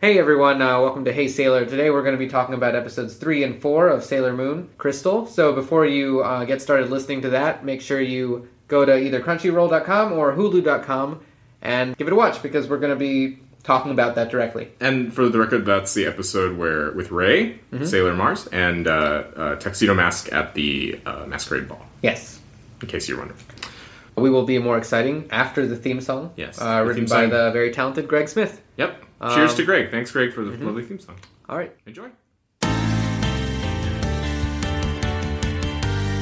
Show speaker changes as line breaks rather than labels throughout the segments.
Hey everyone, uh, welcome to Hey Sailor. Today we're going to be talking about episodes 3 and 4 of Sailor Moon Crystal. So before you uh, get started listening to that, make sure you go to either crunchyroll.com or hulu.com and give it a watch because we're going to be talking about that directly.
And for the record, that's the episode where with Ray,
Mm-hmm.
Sailor Mars, and uh, uh, Tuxedo Mask at the uh, masquerade ball.
Yes.
In case you're wondering,
We will be more exciting after the theme song.
Yes,
Uh,
the
written
theme
by
song.
the very talented Greg Smith.
Yep. Cheers
Um, mm-hmm.
to Greg. Thanks, Greg, for the lovely theme song.
All right.
Enjoy.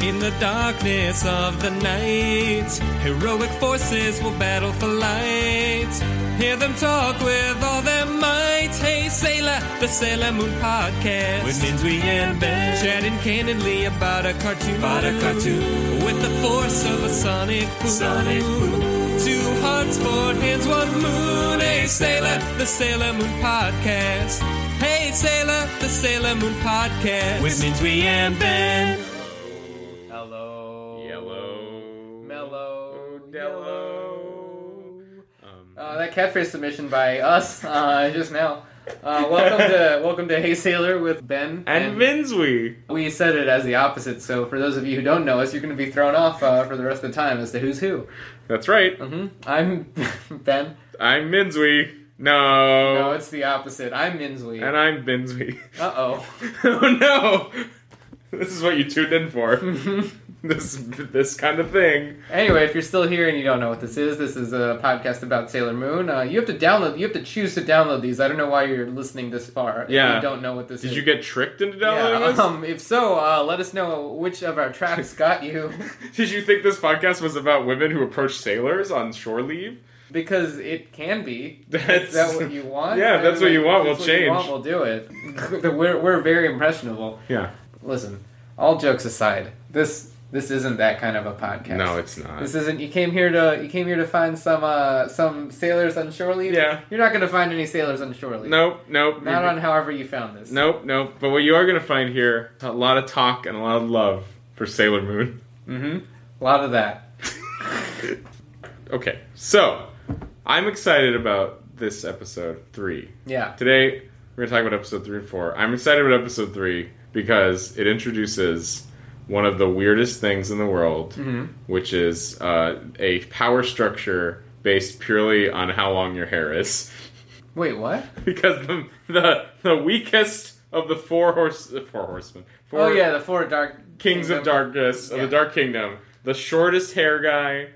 In the darkness of the night, heroic forces will battle for light. Hear them talk with all their might. Hey, Sailor, the Sailor Moon podcast. With Minzui and Ben. Chatting candidly about a cartoon. About a cartoon. With the force of a sonic boom. Sonic boom. Two hearts, four hands, one moon. Hey, Sailor, the Sailor Moon podcast. Hey, Sailor, the Sailor Moon podcast. With Minzui and Ben.
Hello.
Yellow.
Mellow.
Dello.
Uh, that catfish submission by us uh, just now. Uh, welcome to welcome to Hey Sailor with Ben
And Minzwi.
we said it as the opposite. So for those of you who don't know us, you're going to be thrown off uh, for the rest of the time as to who's who.
That's right.
hmm I'm Ben.
I'm Minzwi.
No,
No.
it's the opposite. I'm Minsley.
Oh. and
Uh
I'm Minzwi.
oh.
oh no! This is what you tuned in for.
Mm-hmm.
this this kind of thing.
Anyway, if you're still here and you don't know what this is, this is a podcast about Sailor Moon. Uh, you have to download. You have to choose to download these. I don't know why you're listening this far. if
Yeah.
you don't know what this is.
Did you get tricked into downloading
Yeah,
this?
um, if so, uh, let us know which of our traps got you,
Did you think this podcast was about women who approach sailors on shore leave?
because it can be.
That's
Is that what you want?
Yeah, if that's what you want.
If
We'll
that's what you
change.
want, we'll do it. we're, we're very impressionable.
Yeah.
Listen, all jokes aside, this this isn't that kind of a podcast.
No, it's not.
This isn't. You came here to you came here to find some uh, some sailors on shore leave.
Yeah.
you're not going to find any sailors on shore leave.
Nope, nope.
not on however you found this.
Nope, nope. But what you are going to find here a lot of talk and a lot of love for Sailor Moon.
mm-hmm. a lot of that.
Okay, so I'm excited about this episode three.
Yeah,
Today, we're going to talk about episode three and four. I'm excited about episode three because it introduces one of the weirdest things in the world,
Mm-hmm.
which is uh, a power structure based purely on how long your hair is.
wait, what?
because the, the the weakest of the four horse the four horsemen, four
Oh yeah, the four dark
kings of
Kingdom.
darkness of
Yeah.
the dark kingdom, the shortest hair guy.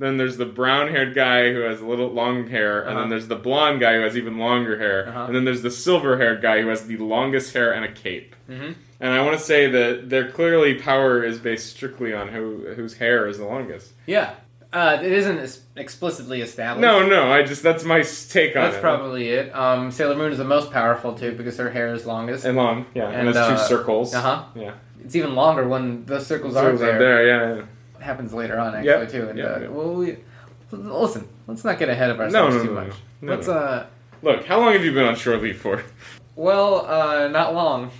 Then there's the brown-haired guy who has a little long hair, and
Uh-huh.
then there's the blonde guy who has even longer hair,
Uh-huh.
and then there's the silver-haired guy who has the longest hair and a cape.
Mhm.
And I want to say that they're clearly power is based strictly on who whose hair is the longest.
Yeah, uh, it isn't es- explicitly established.
No, no, I just that's my s- take on
that's
it.
probably it. Um, Sailor Moon is the most powerful too because her hair is longest.
and long, yeah, and,
And,
it's
uh,
two circles.
uh-huh.
Yeah,
It's even longer when the circles are
Circles
there.
up there, yeah, yeah.
It happens later on actually
Yep,
too. And
yep,
uh,
yep.
well, we listen. Let's not get ahead of ourselves
no,
too
no, no.
much.
No,
Let's
no.
uh,
Look, how long have you been on shore leave for?
well, uh, not long.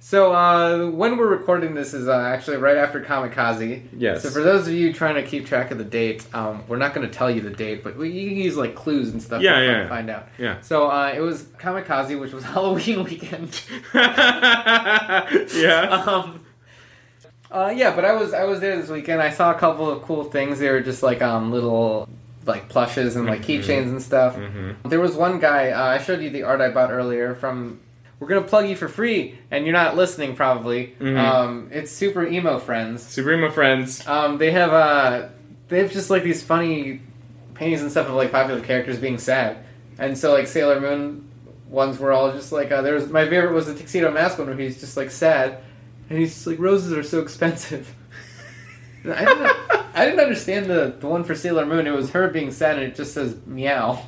So uh, when we're recording this is uh, actually right after Kamikaze.
Yes.
So for those of you trying to keep track of the date, um, we're not going to tell you the date, but we, you can use like clues and stuff.
Yeah,
to
yeah.
Find out.
Yeah.
So uh, it was Kamikaze, which was Halloween weekend.
yeah.
um, uh, yeah, but I was I was there this weekend. I saw a couple of cool things. They were just like um little like plushes and like keychains and stuff. There was one guy uh, I showed you the art I bought earlier from. We're gonna plug you for free, and you're not listening probably. Um, it's super emo friends.
Suprema friends.
Um, they have uh, they have just like these funny paintings and stuff of like popular characters being sad, and so like Sailor Moon ones were all just like uh, there was my favorite was the tuxedo mask one where he's just like sad, and he's just like roses are so expensive. And I didn't, I didn't understand the the one for Sailor Moon. It was her being sad, and it just says meow.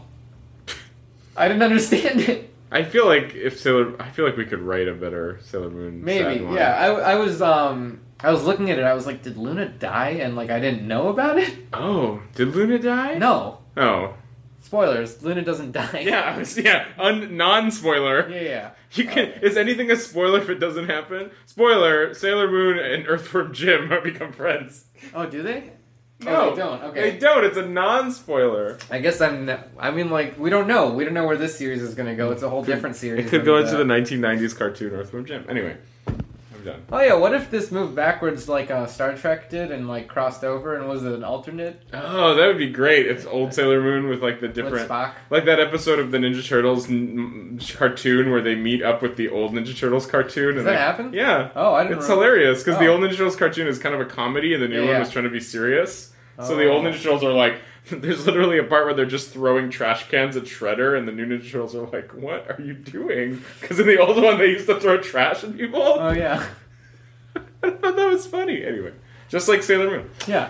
I didn't understand it.
I feel like if Sailor, I feel like we could write a better Sailor Moon.
Maybe,
sad one.
yeah. I, I was um I was looking at it. I was like, did Luna die? And like I didn't know about it.
Oh, did Luna die?
No,
Oh.
Spoilers: Luna doesn't die.
Yeah. I was- Yeah. Un- non-spoiler.
yeah, yeah.
You can. Is anything a spoiler if it doesn't happen? Spoiler: Sailor Moon and Earthworm Jim have become friends.
Oh, do they? No,
No,
they don't. Okay.
They don't. It's a non-spoiler.
I guess I'm. n- I mean, like we don't know. We don't know where this series is going to go. It's a whole different series.
It could go
than
into the 1990s cartoon Earthworm Jim. Anyway, I'm done.
Oh yeah, what if this moved backwards like uh, Star Trek did and like crossed over and was an alternate
Oh, that would be great if old Sailor Moon with like the
with
different,
Spock?
like that episode of the Ninja Turtles n- n- cartoon where they meet up with the old Ninja Turtles cartoon.
Does
and
that
they-
happen?
Yeah.
Oh, I didn't.
It's
remember.
hilarious because the
Oh.
old Ninja Turtles cartoon is kind of a comedy, and the new
Yeah, yeah.
one was trying to be serious. So the
Oh.
old Ninja Turtles are like, there's literally a part where they're just throwing trash cans at Shredder, and the new Ninja Turtles are like, "What are you doing?" Because in the old one, they used to throw trash at people.
Oh yeah,
I thought that was funny. Anyway, just like Sailor Moon.
yeah.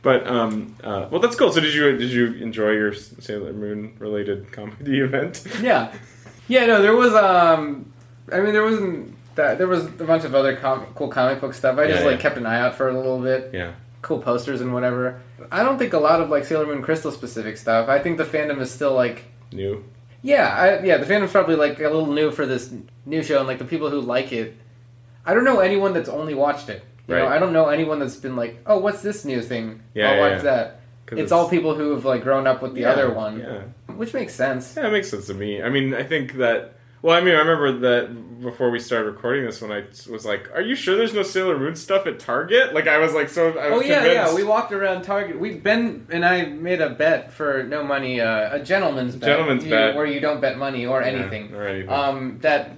But um, uh, well, that's cool. So did you did you enjoy your Sailor Moon related comedy event?
Yeah, yeah. No, there was. Um, I mean, there wasn't. That, there was a bunch of other com- cool comic book stuff. I just
Yeah,
like
yeah.
kept an eye out for it a little bit.
Yeah.
Cool posters and whatever. I don't think a lot of like Sailor Moon Crystal specific stuff. I think the fandom is still like.
New.
Yeah, I, yeah. The fandom's probably like a little new for this new show, and like the people who like it. I don't know anyone that's only watched it. You know,
Right.
I don't know anyone that's been like, "Oh, what's this new thing?
Yeah,
I'll
yeah,
watch
yeah.
that."
'Cause
It's, all people who have like grown up with the
Yeah,
other one,
Yeah.
which makes sense.
Yeah, it makes sense to me. I mean, I think that. Well, I mean, I remember that before we started recording this, when I was like, "Are you sure there's no Sailor Moon stuff at Target?" Like, I was like, so. I
Oh
was
yeah,
convinced.
yeah. We walked around Target. We Ben and I made a bet for no money, uh, a gentleman's bet,
Gentleman's
you-
bet.
where you don't bet money or anything.
or anything.
Um, that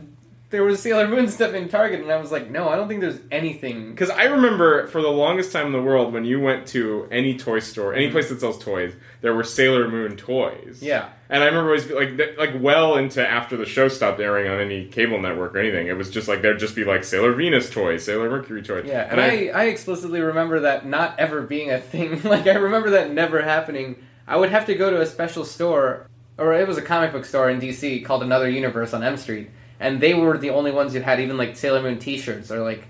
there was Sailor Moon stuff in Target, and I was like, no, I don't think there's anything.
Because I remember for the longest time in the world, when you went to any toy store, any place that sells toys, there were Sailor Moon toys.
Mm-hmm. Yeah.
And I remember always like th- like well into after the show stopped airing on any cable network or anything, it was just like there'd just be like Sailor Venus toys, Sailor Mercury toys.
Yeah, and I, I explicitly remember that not ever being a thing. Like, I remember that never happening. I would have to go to a special store, or it was a comic book store in DC called Another Universe on M Street, and they were the only ones who had even, like, Sailor Moon t shirts or, like,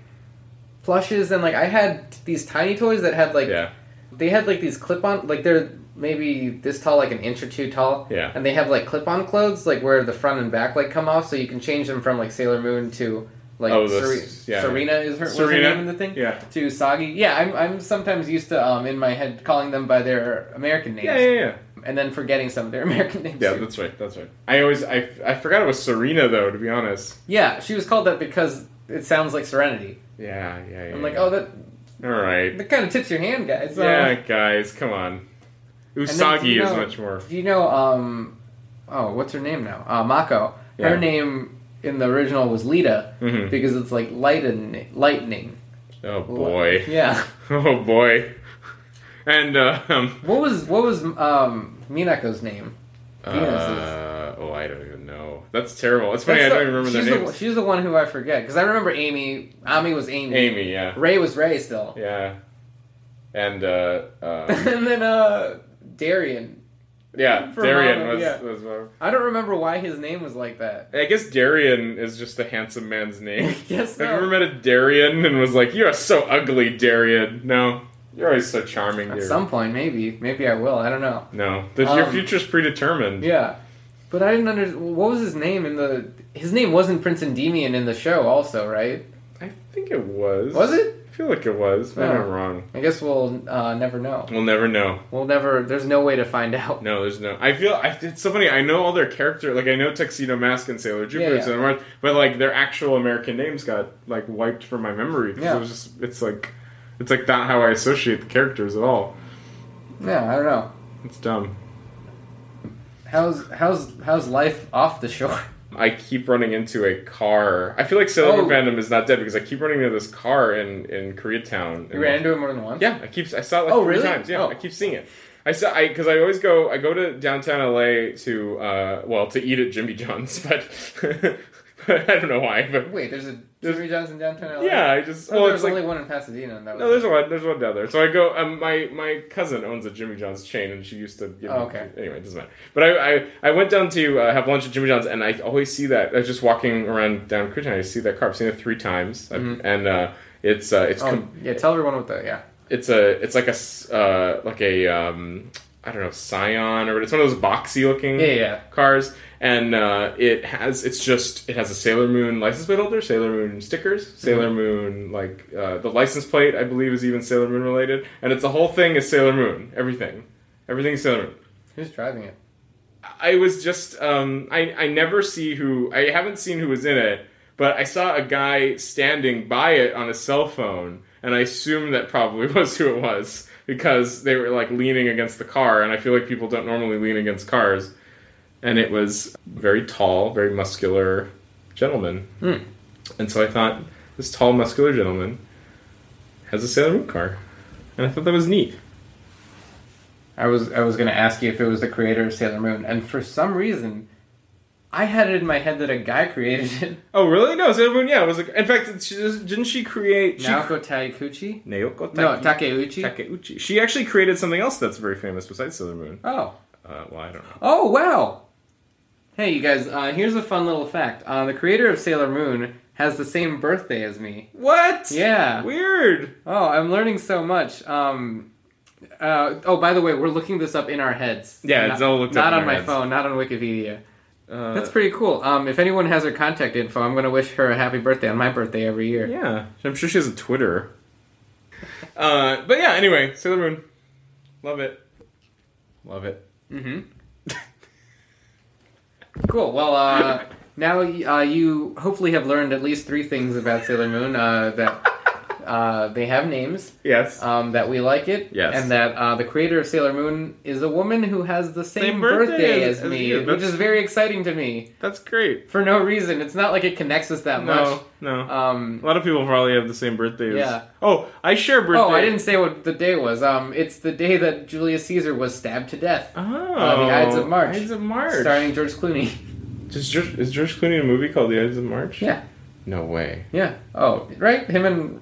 plushes. And, like, I had these tiny toys that had, like,
yeah.
they had, like, these clip on, like, they're maybe this tall, like, an inch or two tall.
Yeah.
And they have, like, clip on clothes, like, where the front and back, like, come off, so you can change them from, like, Sailor Moon to. Like
Oh, the
Sere-
s- yeah.
Serena is her, was her
Serena?
name in the thing
Yeah.
to Soggy. Yeah, I'm, I'm sometimes used to um in my head calling them by their American names
Yeah, yeah, yeah.
and then forgetting some of their American names.
Yeah,
too.
that's right. That's right. I always I, I forgot it was Serena though. To be honest.
yeah, she was called that because it sounds like Serenity.
Yeah, yeah. yeah
I'm like,
yeah.
oh, that
All right.
that kind of tips your hand, guys.
yeah,
Um,
guys, come on.
then
Usagi
do you
is
know-
much more.
do you know um oh what's her name now? Uh, Mako.
Yeah.
Her name in the original was Lita
Mhm.
because it's like lightning, lightning.
Oh boy.
Yeah.
Oh boy. And uh, um,
What was what was um Minako's name? Venus is-
uh, oh, I don't even know. That's terrible. It's funny. I
That's
don't
the-
even remember their
she's
names.
The, she's the one who I forget because I remember Amy. Ami was Amy.
Amy, yeah,
Ray was Ray still.
yeah, and uh, uh,
and then uh Darian.
yeah,
For
Darian
Mama,
was.
yeah.
was one.
I don't remember why his name was like that.
I guess Darian is just a handsome man's name.
Yes,
Have
no.
you ever met a Darian and was like, "You are so ugly, Darian"? No, you're always so charming,
At
Darian.
some point, maybe, maybe I will. I don't know.
no, The- your
Um,
future's predetermined.
Yeah, but I didn't under. What was his name in the? His name wasn't Prince Endymion in the show, also, right?
I think it was.
Was it?
I feel like it was. Maybe
Oh.
I'm wrong.
I guess we'll uh, never know.
We'll never know.
We'll never. There's no way to find out.
No, there's no. I feel I, it's so funny. I know all their character, like I know Tuxedo Mask and Sailor Jupiter,
yeah.
and Sailor Mars, but like their actual American names got like wiped from my memory. 'cause
Yeah.
it was just it's like it's like not how I associate the characters at all.
Yeah, I don't know.
It's dumb.
How's how's how's life off the shore?
I keep running into a car. I feel like Sailor Moon
Oh.
fandom is not dead because I keep running into this car in in Koreatown.
You ran into it more than once.
Yeah, I keep I saw it like
Oh,
three
really?
times. Yeah,
Oh.
I keep seeing it. I saw I because I always go I go to downtown LA to uh well to eat at Jimmy John's, but, but I don't know why. But
Wait, there's a Jimmy Johnson downtown. LA?
yeah, I just
Oh,
well
there's
it's like
only one in Pasadena. And that was
no, there's one there's one down there. So I go. Um, my my cousin owns a Jimmy John's chain, and she used to give.
Oh,
me-
okay.
Anyway, it doesn't matter. But I I, I went down to uh, have lunch at Jimmy John's, and I always see that. I was just walking around down Koreatown. I see that car. I've seen it three times, and uh, it's uh, it's
Mm-hmm. Oh,
com-
yeah, tell everyone what the yeah.
it's a it's like a s- uh, like a um, I don't know Scion or it's one of those boxy looking
Yeah, yeah.
cars, and uh, it has it's just it has a Sailor Moon license plate holder, Sailor Moon stickers,
Mm-hmm.
Sailor Moon like uh, the license plate I believe is even Sailor Moon related, and it's the whole thing is Sailor Moon, everything, everything is Sailor Moon.
Who's driving it?
I was just um, I I never see who I haven't seen who was in it, but I saw a guy standing by it on a cell phone, and I assume that probably was who it was because they were like leaning against the car, and I feel like people don't normally lean against cars, and it was very tall, very muscular gentleman, and so I thought this tall, muscular gentleman has a Sailor Moon car, and I thought that was neat.
I was I was gonna ask you if it was the creator of Sailor Moon, and for some reason, I had it in my head that a guy created it.
Oh, really? No, Sailor Moon. Yeah, it was like. In fact, she, didn't she create? She
Naoko Taikuchi?
Naoko
No,
Taki-
Takeuchi.
Takeuchi. She actually created something else that's very famous besides Sailor Moon.
oh,
Uh, well, I don't know.
oh wow! Hey, you guys. Uh, here's a fun little fact. Uh, the creator of Sailor Moon has the same birthday as me.
What?
Yeah.
Weird.
Oh, I'm learning so much. Um, uh, oh, by the way, we're looking this up in our heads.
Yeah,
not,
it's all looked up
Not
in
on
our
my
heads.
phone, not on Wikipedia.
Uh,
That's pretty cool. Um, if anyone has her contact info, I'm going to wish her a happy birthday on my birthday every year.
yeah. I'm sure she has a Twitter. uh, but yeah. Anyway, Sailor Moon. Love it. Love it.
Cool. Well, uh, now uh, you hopefully have learned at least three things about Sailor Moon uh, that uh, they have names,
Yes.
um, that we like it,
Yes.
and that uh, the creator of Sailor Moon is a woman who has the same,
birthday as-
as,
as
me,
you.
which
That's-
is very exciting to me.
that's great.
for no reason. It's not like it connects us that
No. No.
much. Um,
a lot of people probably have the same birthday. as-
Yeah.
Oh, I share birthday.
oh, I didn't say what the day was. Um, it's the day that Julius Caesar was stabbed to death,
Oh,
the Ides of March.
Ides of March.
starring George Clooney.
Is George, is George Clooney in a movie called The Ides of March?
yeah,
No way.
yeah. Oh, right, him and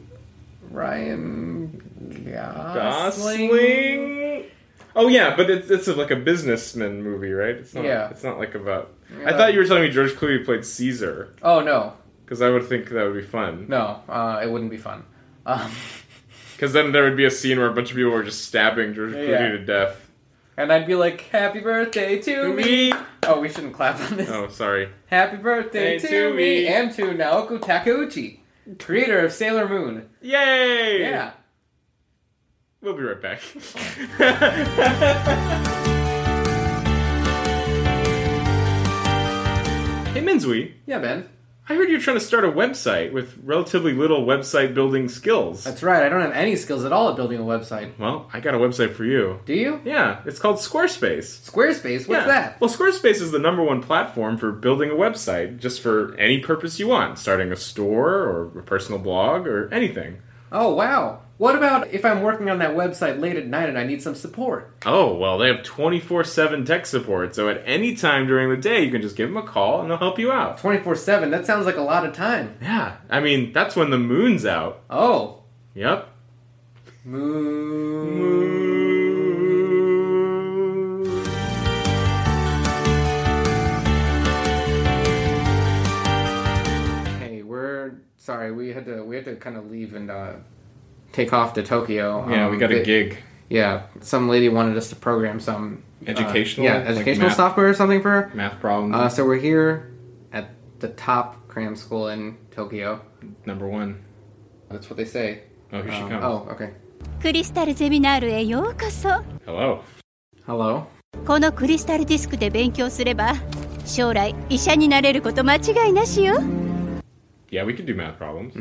Ryan Gosling.
Gosling. Oh yeah, but it's it's like a businessman movie, right? It's not,
Yeah.
It's not like about. I
Yeah.
thought you were telling me George Clooney played Caesar
Oh no,
because I would think that would be fun.
no, uh, it wouldn't be fun. Um,
Because then there would be a scene where a bunch of people were just stabbing George Clooney
Yeah.
to death.
and I'd be like, "Happy birthday to me." Oh, we shouldn't clap on this.
Oh, sorry.
Happy birthday
Hey,
to,
to
me.
me.
and to Naoko Takeuchi, creator of Sailor Moon.
Yay!
Yeah.
We'll be right back. hey, Minzui.
Yeah, Ben.
I heard you're trying to start a website with relatively little website building skills.
That's right. I don't have any skills at all at building a website.
Well, I got a website for you.
Do you?
Yeah, it's called Squarespace.
Squarespace. What's
Yeah.
that?
Well, Squarespace is the number one platform for building a website just for any purpose you want, starting a store or a personal blog or anything.
Oh wow. What about if I'm working on that website late at night and I need some support?
Oh, well, they have 24 7 tech support, so at any time during the day, you can just give them a call and they'll help you out.
Twenty four seven. That sounds like a lot of time.
Yeah, I mean, that's when the moon's out.
Oh.
Yep.
Moon. Hey, we're sorry. We had to. We had to kind of leave and uh, take off to Tokyo.
Yeah,
Um,
we got a
they-
gig.
Yeah, some lady wanted us to program some uh,
Educational?
yeah,
Like
educational
math?
software or something for her.
Math problem
Uh, so we're here at the top cram school in Tokyo.
number one.
That's what they say.
Oh, here she
Um,
comes.
oh, okay.
クリスタルゼミナールへようこそ
Hello.
Hello.
このクリスタルディスクで勉強すれば将来医者になれること間違いなしよ
Yeah, we could do math problems.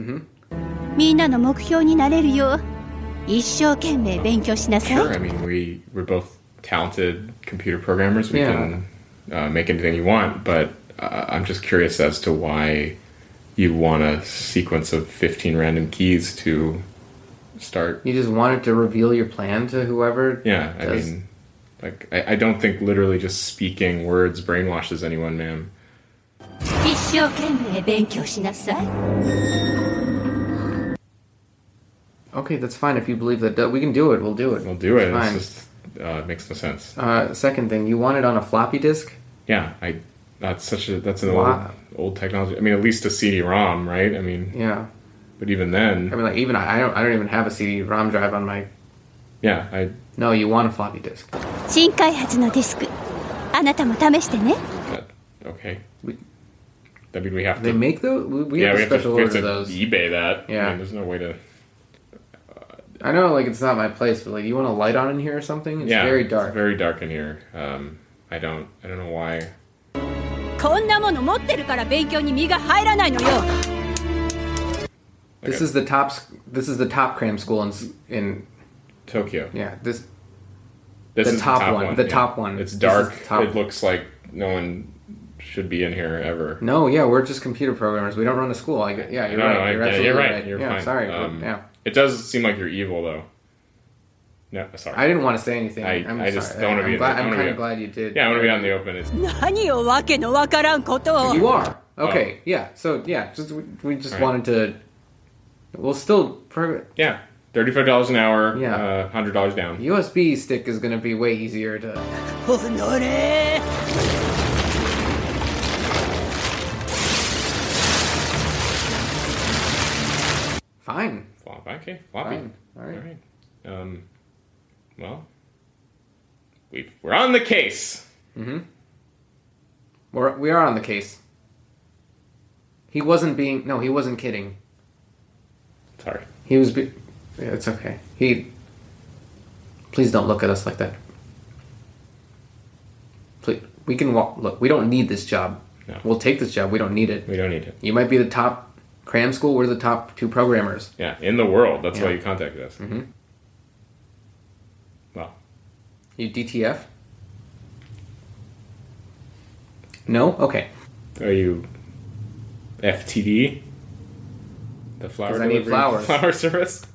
みんなの目標になれるよう一生懸命勉強しなさい
Sure. I mean, we we're both talented computer programmers. We
Yeah.
can uh, make anything you want. But uh, I'm just curious as to why you want a sequence of 15 random keys to start.
You just wanted to reveal your plan to whoever.
Yeah, I
does-
mean, like I, I don't think literally just speaking words brainwashes anyone, ma'am.
一生懸命勉強しなさい
Okay, that's fine if you believe that. Do- We can do it. We'll do it.
We'll do it.
Fine.
It's just uh, makes no sense.
Uh, second thing, you want it on a floppy disk?
Yeah, I. That's such a. That's an
Why?
old old technology. I mean, at least a CD-ROM, right? I mean,
Yeah.
but even then,
I mean, like even I I don't. I don't even have a CD-ROM drive on my.
yeah, I
No, you want a floppy disk.
新開発のディスクあなたも試してね
That- okay.
We-
I mean, we have
They
to.
make those. We, we
yeah,
have
we
a
have to,
special
we
order
have
of those.
to eBay that. I
Yeah.
mean, there's no way to.
I know, like it's not my place, but like you want a light on in here or something. It's
yeah,
very dark.
very dark in here. Um, I don't. I don't know why.
こんなもの持ってるから勉強に身が入らないのよ
This
Okay.
is the top. s- This is the top cram school in s- in
Tokyo.
yeah. This
This
The
is
top
the top
one,
one.
the
yeah.
top one. This
It's
is
dark.
the top-
It looks like no one should be in here ever.
no, yeah, we're just computer programmers. We don't run a school. I, Mm, yeah, you're
No,
right.
no, I-
you're
yeah,
absolutely
you're
right.
right. You're
yeah,
fine.
sorry. but
Um,
yeah,
It does seem like you're evil, though. No, sorry.
I didn't want to say anything.
I-
am
I
sorry.
just don't wanna
I'm
be-
glad-
I don't
I'm
wanna
kind
be-
of glad you did.
yeah, I want to be out in the open. It's,
何をわけのわからんことを
You are okay.
Oh.
Yeah. So yeah, just we, we just wanted
Alright.
to. We'll still. Pro-
yeah, thirty-five dollars an hour.
Yeah.
uh, hundred dollars down.
USB stick is going to be way easier to.
おのれ
Fine.
Flop. Okay, floppy.
Fine. All right.
All right. Um, well, we we're on the case.
We're, we are on the case. He wasn't being. No, he wasn't kidding.
Sorry.
He was. Be- yeah, it's okay. He. Please don't look at us like that. Please, we can walk. Look, we don't need this job.
No.
We'll take this job. We don't need it.
We don't need it.
You might be the top cram school. We're the top two programmers.
Yeah, in the world. That's why
Yeah.
you contacted us. Mm-hmm. Well,
You DTF? No. Okay.
are you FTD? The flower
'Cause I need
delivery
flowers.
flower service.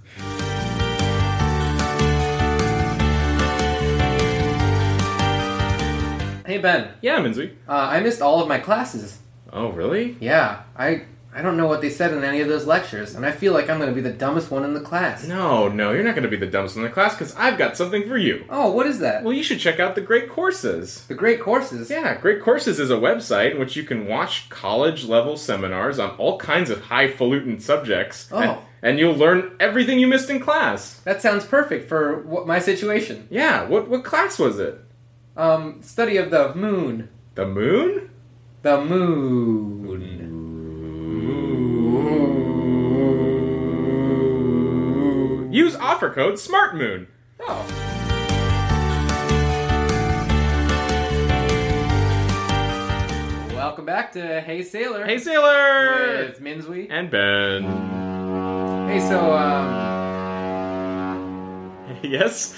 Hey Ben,
Yeah, Minzy.
uh, I missed all of my classes.
Oh, really?
Yeah, I I don't know what they said in any of those lectures, and I feel like I'm going to be the dumbest one in the class.
No, no, you're not going to be the dumbest in the class because I've got something for you.
Oh, what is that?
Well, you should check out the Great Courses.
The great courses.
Yeah, Great Courses is a website in which you can watch college level seminars on all kinds of highfalutin subjects.
Oh.
And, and you'll learn everything you missed in class.
That sounds perfect for what my situation.
Yeah, what, what class was it?
Um, study of the moon.
The moon?
The moon.
Use offer code SMARTMOON.
Oh, welcome back to Hey Sailor.
Hey, Sailor!
With Minswe.
And Ben.
Hey, so um,
yes?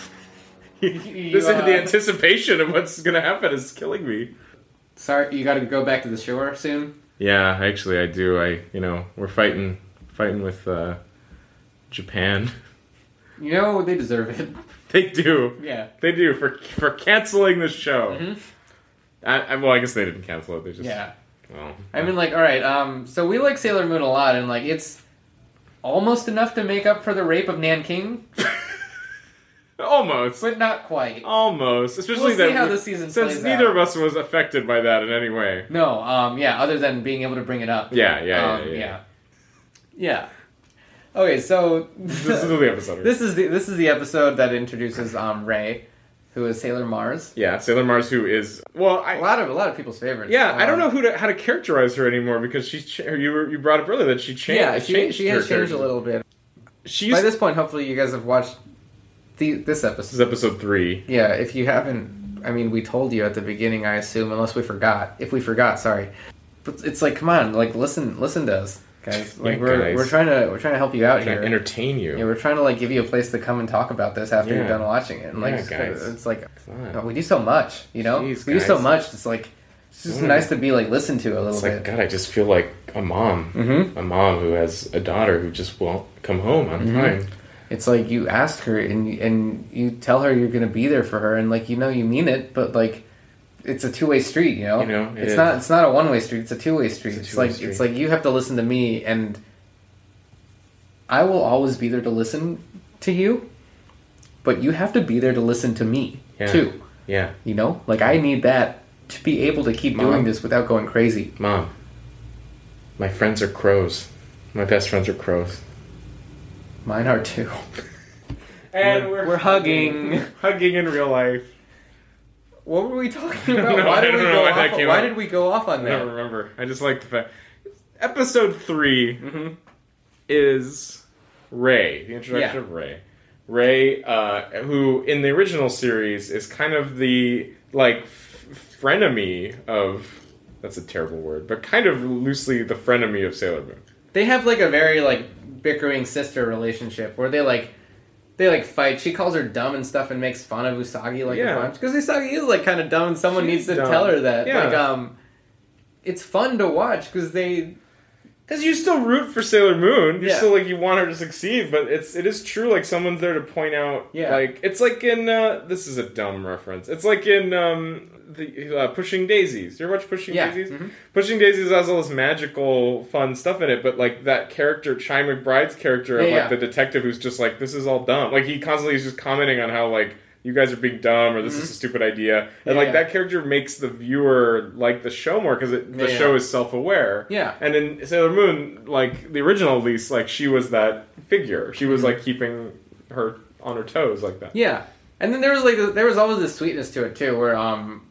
you,
This
uh,
the anticipation of what's going to happen is killing me.
sorry, you got to go back to the shore soon.
Yeah, actually, I do. I, you know, we're fighting, fighting with uh, Japan.
You know they deserve it.
they do.
Yeah.
They do for for canceling this show. I, I well, I guess they didn't cancel it. They just
Mm-hmm. Yeah.
Well,
I mean, like, all right. Um, so we like Sailor Moon a lot, and like, it's almost enough to make up for the rape of Nanking,
almost,
but not quite.
almost. Especially
We'll see
that
how
we-
the season
since
plays
neither
out.
of us was affected by that in any way.
No. Um. Yeah. Other than being able to bring it up.
Yeah, yeah,
Um,
yeah, yeah.
yeah. Yeah. Okay. So
This is the episode.
this is the this is the episode that introduces um Ray, who is Sailor Mars.
yeah, Sailor Mars, who is well, I,
A lot of a lot of people's favorites.
Yeah, I don't
Um,
know who to, how to characterize her anymore because she's ch- you were, you brought up earlier that she changed.
Yeah, she,
changed
she
her
has changed
character.
a little bit.
She's
By this point, hopefully, you guys have watched the, this
this
episode.
is episode three.
Yeah, if you haven't, I mean, we told you at the beginning, I assume, unless we forgot. If we forgot, sorry. But it's like, come on, like listen, listen to us, guys. Like
Yeah,
we're
guys.
we're trying to we're trying to help you out
Can I
here.
entertain you?
yeah, we're trying to like give you a place to come and talk about this after
Yeah.
you're done watching it. And like,
Yeah,
it's-
guys.
it's like
on.
oh, we do so much, you know.
Jeez,
we do so
guys.
much. It's like it's just
Yeah.
nice to be like listened to a little
It's like
bit.
God. I just feel like a mom, mm-hmm. a mom who has a daughter who just won't come home
Mm-hmm.
on time.
it's like you ask her and and you tell her you're gonna be there for her and like you know you mean it but like it's a two-way street you know,
You know, it
it's
is.
not it's not a one-way street it's a two-way street
a
it's,
two-way
like
street.
it's like you have to listen to me and i will always be there to listen to you but you have to be there to listen to me
Yeah.
too
Yeah,
you know like i need that to be able to keep doing
Mom.
this without going crazy
mom. My friends are crows. My best friends are crows.
mine are too
And
we're hugging
hugging in real life.
What were we talking about?
No,
why
I
did
don't
we
know
go
why
off?
that came
why
up.
did we go off on
I
that?
don't remember. I just like the fact. Episode 3 is Ray, the introduction
Yeah.
of Ray. Ray, uh, who in the original series is kind of the like f- frenemy of. That's a terrible word, but kind of loosely the frenemy of Sailor Moon.
They have like a very like bickering sister relationship where they like they like fight. She calls her dumb and stuff and makes fun of Usagi like
Yeah.
a bunch because Usagi is like kind of dumb and someone
She's
needs to
dumb.
tell her that.
Yeah.
Like um, it's fun to watch because they
Because you still root for Sailor Moon, you
Yeah.
still like you want her to succeed, but it's it is true like someone's there to point out.
Yeah.
Like it's like in uh, this is a dumb reference. It's like in um, the uh, Pushing Daisies. You ever watch Pushing
Yeah.
Daisies?
Mhm.
Pushing Daisies has all this magical fun stuff in it, but like that character Chai McBride's character of
Yeah,
like
yeah.
the detective who's just like this is all dumb. Like he constantly is just commenting on how like. You guys are being dumb, or this is a stupid idea, and
Mm-hmm. Yeah,
like
yeah.
that character makes the viewer like the show more because the
Yeah, yeah.
show is self-aware.
Yeah.
And in Sailor Moon, like the original at least, like she was that figure. She was like keeping her on her toes like that.
Mm-hmm. Yeah, and then there was like there was always this sweetness to it too, where um,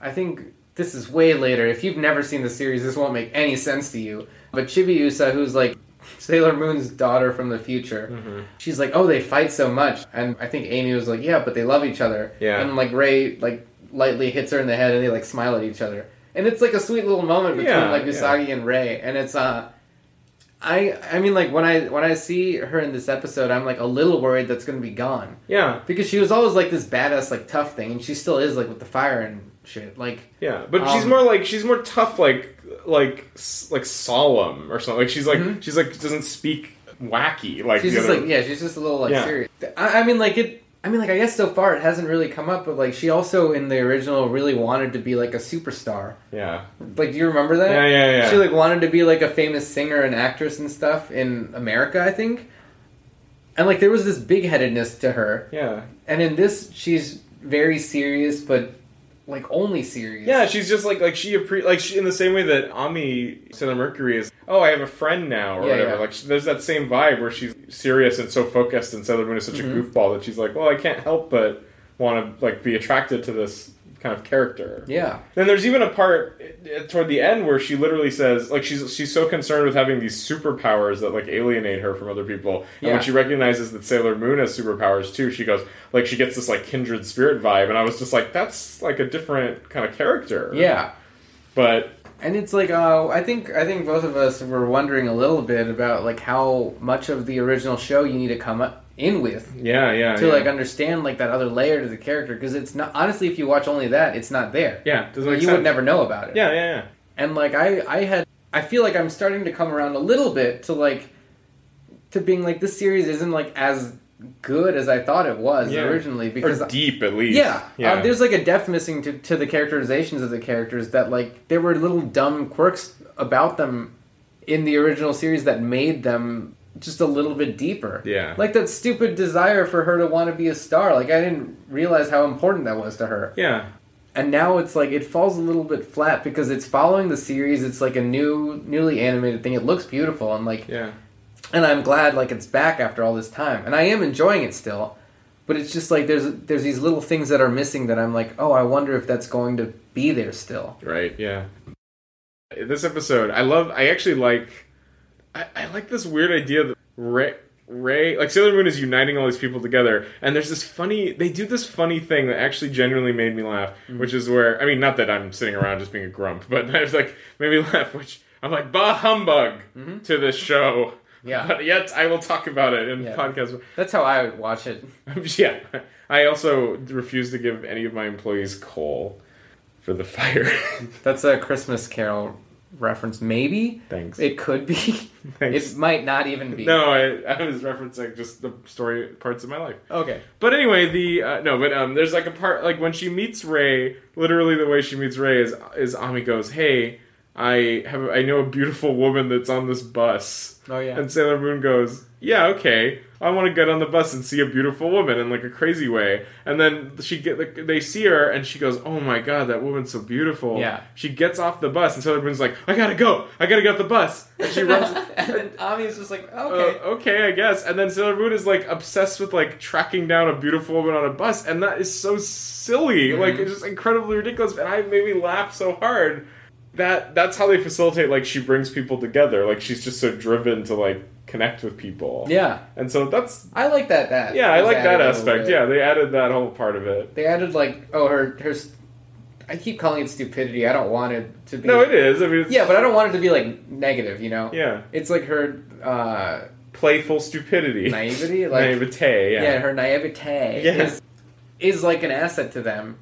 I think this is way later. If you've never seen the series, this won't make any sense to you. But Chibiusa, who's like Sailor Moon's daughter from the future,
Mm-hmm.
she's like, oh, they fight so much, and I think Amy was like, yeah, but they love each other.
Yeah.
and like Ray like lightly hits her in the head, and they like smile at each other, and it's like a sweet little moment between
Yeah,
like
yeah.
Usagi and Ray, and it's uh. I, I mean like when I when I see her in this episode I'm like a little worried that's going to be gone
Yeah.
because she was always like this badass, like tough thing, and she still is like with the fire and shit. Like,
Yeah. But she's
Um,
more like she's more tough like like s- like solemn or something. Like she's like she's like doesn't speak wacky
Mm-hmm. she's
like the
just
other-
like yeah, she's just a little like
Yeah.
serious. I, I mean, like it. I mean, like I guess so far it hasn't really come up, but like she also in the original really wanted to be like a superstar.
yeah.
Like, do you remember that?
Yeah, yeah, yeah.
She like wanted to be like a famous singer and actress and stuff in America, I think. And like there was this big headedness to her,
Yeah.
and in this she's very serious, but like only serious.
Yeah, she's just like like she appre- like she in the same way that Ami Sailor Mercury is. Oh, I have a friend now or
Yeah,
whatever.
yeah.
Like she, there's that same vibe where she's serious and so focused, and Sailor Moon is such
Mm-hmm.
a goofball that she's like, well, I can't help but want to like be attracted to this kind of character.
yeah.
Then there's even a part eh, toward the end where she literally says, like, she's she's so concerned with having these superpowers that like alienate her from other people, and
Yeah.
when she recognizes that Sailor Moon has superpowers too, she goes, like, she gets this like kindred spirit vibe, and I was just like, that's like a different kind of character.
Yeah.
but
And it's like uh, I think I think both of us were wondering a little bit about like how much of the original show you need to come up in with
yeah, yeah,
to
Oh, yeah.
like understand like that other layer to the character because it's not honestly if you watch only that it's not there.
yeah, doesn't
So
make
you
sense.
would never know about it.
Yeah, yeah, yeah.
And like I I had I feel like I'm starting to come around a little bit to like to being like this series isn't like as good as I thought it was
Yeah.
originally because
or deep at least.
yeah,
yeah.
Um, there's like a depth missing to, to the characterizations of the characters that like there were little dumb quirks about them in the original series that made them just a little bit deeper.
Yeah.
like that stupid desire for her to want to be a star. Like I didn't realize how important that was to her.
yeah,
And now it's like it falls a little bit flat because it's following the series. It's like a new, newly animated thing. It looks beautiful and like
yeah.
and I'm glad like it's back after all this time, and I am enjoying it still. But it's just like there's there's these little things that are missing that I'm like, oh, I wonder if that's going to be there still.
Right. Yeah. This episode, I love. I actually like. I, I like this weird idea that Ray, Ray, like Sailor Moon, is uniting all these people together, and there's this funny. They do this funny thing that actually genuinely made me laugh,
Mm-hmm.
which is where I mean, not that I'm sitting around just being a grump, but it's like made me laugh. Which I'm like, bah humbug to this show.
Mm-hmm. Yeah.
But yet I will talk about it in
Yeah.
podcast.
That's how I would watch it.
yeah. I also refuse to give any of my employees coal for the fire.
That's a Christmas Carol reference, maybe.
Thanks.
It could be.
Thanks.
It might not even be.
No, I, I was referencing just the story parts of my life.
Okay.
But anyway, the uh, no, but um, there's like a part like when she meets Ray. Literally, the way she meets Ray is is Ami goes, "Hey, I have I know a beautiful woman that's on this bus."
Oh, yeah.
And Sailor Moon goes, "Yeah, okay." I want to get on the bus and see a beautiful woman in like a crazy way. And then she get like, they see her and she goes, "Oh my god, that woman's so beautiful."
Yeah.
She gets off the bus and Sailor Moon's like, "I gotta go. I gotta get off the bus." And she runs.
and Ami's just like,
Uh,
okay.
okay. I guess. And then Sailor Moon is like obsessed with like tracking down a beautiful woman on a bus, and that is so silly.
Mm-hmm.
Like it's just incredibly ridiculous, and I it made me laugh so hard. That that's how they facilitate. Like she brings people together. Like she's just so driven to like connect with people.
yeah.
And so that's
I like that. That
yeah, I
was
like that
added a little
aspect.
bit.
Yeah, they added that whole part of it.
They added like, oh, her her. s- I keep calling it stupidity. I don't want it to be.
No, it is. I mean, it's,
Yeah, but I don't want it to be like negative. You know.
yeah,
It's like her. uh
playful stupidity,
Naivety? Like-
naivete.
yeah. her naivete
Yeah.
is, is like an asset to them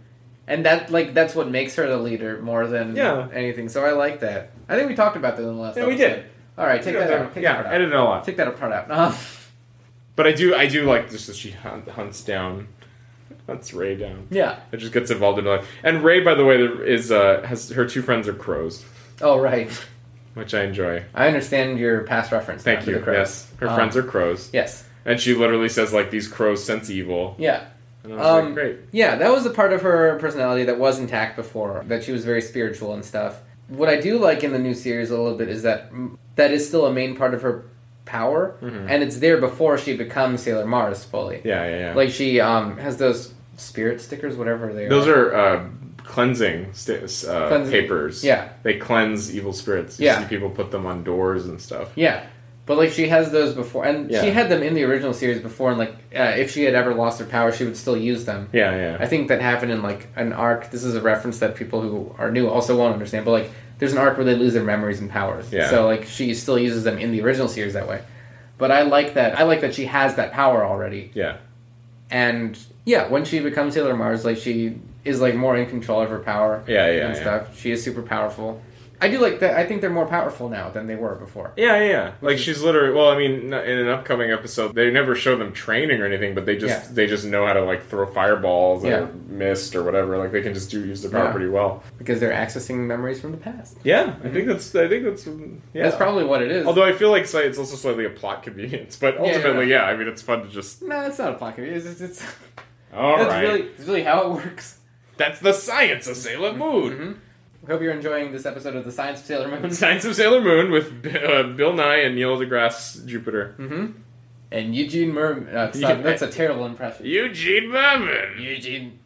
and that like that's what makes her the leader more than
Yeah.
anything so i like that i think we talked about that in the last
Yeah, we
episode.
did.
all right take that out take
yeah,
that part
I
out
didn't know a lot.
take that part out Um,
But I do, I do like just that she hunt, hunts down, hunts Ray down.
yeah
It just gets involved in life. And Ray, by the way, there is uh, has her two friends are crows,
oh right
which I enjoy.
i understand your past reference now
Thank
to
you.
the crows.
Yes, her
Um,
friends are crows,
yes
and she literally says like these crows sense evil.
yeah
And I was
Um,
like, great.
Yeah, that was the part of her personality that was intact before, that she was very spiritual and stuff. What I do like in the new series a little bit is that that is still a main part of her power, and it's there before she becomes Sailor Mars fully.
Mm-hmm. Yeah, yeah, yeah.
Like she um, has those spirit stickers, whatever they
those
are.
are uh, cleansing sta- uh,
Cleansing-
papers.
yeah.
they cleanse evil spirits. You
Yeah.
see people put them on doors and stuff.
Yeah. But like she has those before, and
Yeah.
she had them in the original series before, and like uh, if she had ever lost her power, she would still use them.
Yeah, yeah.
I think that happened in like an arc. This is a reference that people who are new also won't understand. But like, there's an arc where they lose their memories and powers.
Yeah.
So like, she still uses them in the original series that way. But I like that. I like that she has that power already.
yeah,
And yeah, when she becomes Sailor Mars, like she is like more in control of her power.
Yeah, yeah,
and
yeah.
stuff. She is super powerful. I do like that. I think they're more powerful now than they were before.
Yeah, yeah, yeah. Like she's literally. Well, I mean, n- in an upcoming episode, they never show them training or anything, but they just
Yeah.
they just know how to like throw fireballs
Yeah.
or mist or whatever. Like they can just do use their power
Yeah.
pretty well.
because they're accessing memories from the past.
Yeah, I think that's. I think that's. mm, Yeah,
That's probably what it is.
Although I feel like sli- it's also slightly a plot convenience, but
yeah,
ultimately, yeah. I mean, it's fun to just.
no, it's not a plot convenience. It's, it's,
All right,
that's really, Mm-hmm. it's really how it works.
that's the science of Sailor Moon.
Hope you're enjoying this episode of the Science of Sailor Moon.
Science of Sailor Moon with uh, Bill Nye and Neil deGrasse Jupiter.
Mm-hmm. And Eugene Merman. Uh, it's not- that's a terrible impression.
Eugene Merman,
Eugene.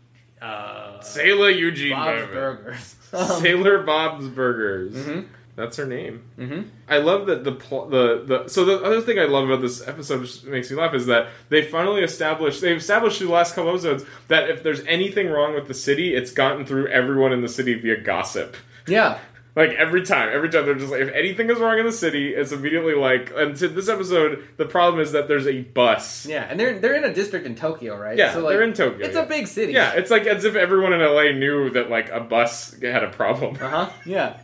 Uh,
Sailor Eugene
Bob's
Merman.
Burgers. Um,
Sailor Bob's Burgers.
Mm-hmm.
That's her name. I love that the pl- the the. So the other thing I love about this episode, which makes me laugh, is that they finally established they've established through the last couple episodes that if there's anything wrong with the city, it's gotten through everyone in the city via gossip.
yeah.
Like every time, every time they're just like, if anything is wrong in the city, it's immediately like. And to this episode, the problem is that there's a bus.
Yeah. And they're they're in a district in Tokyo, right?
Yeah,
So, like,
they're in Tokyo,
It's
yeah.
a big city.
Yeah, it's like as if everyone in LA knew that like a bus had a problem.
Uh huh. Yeah.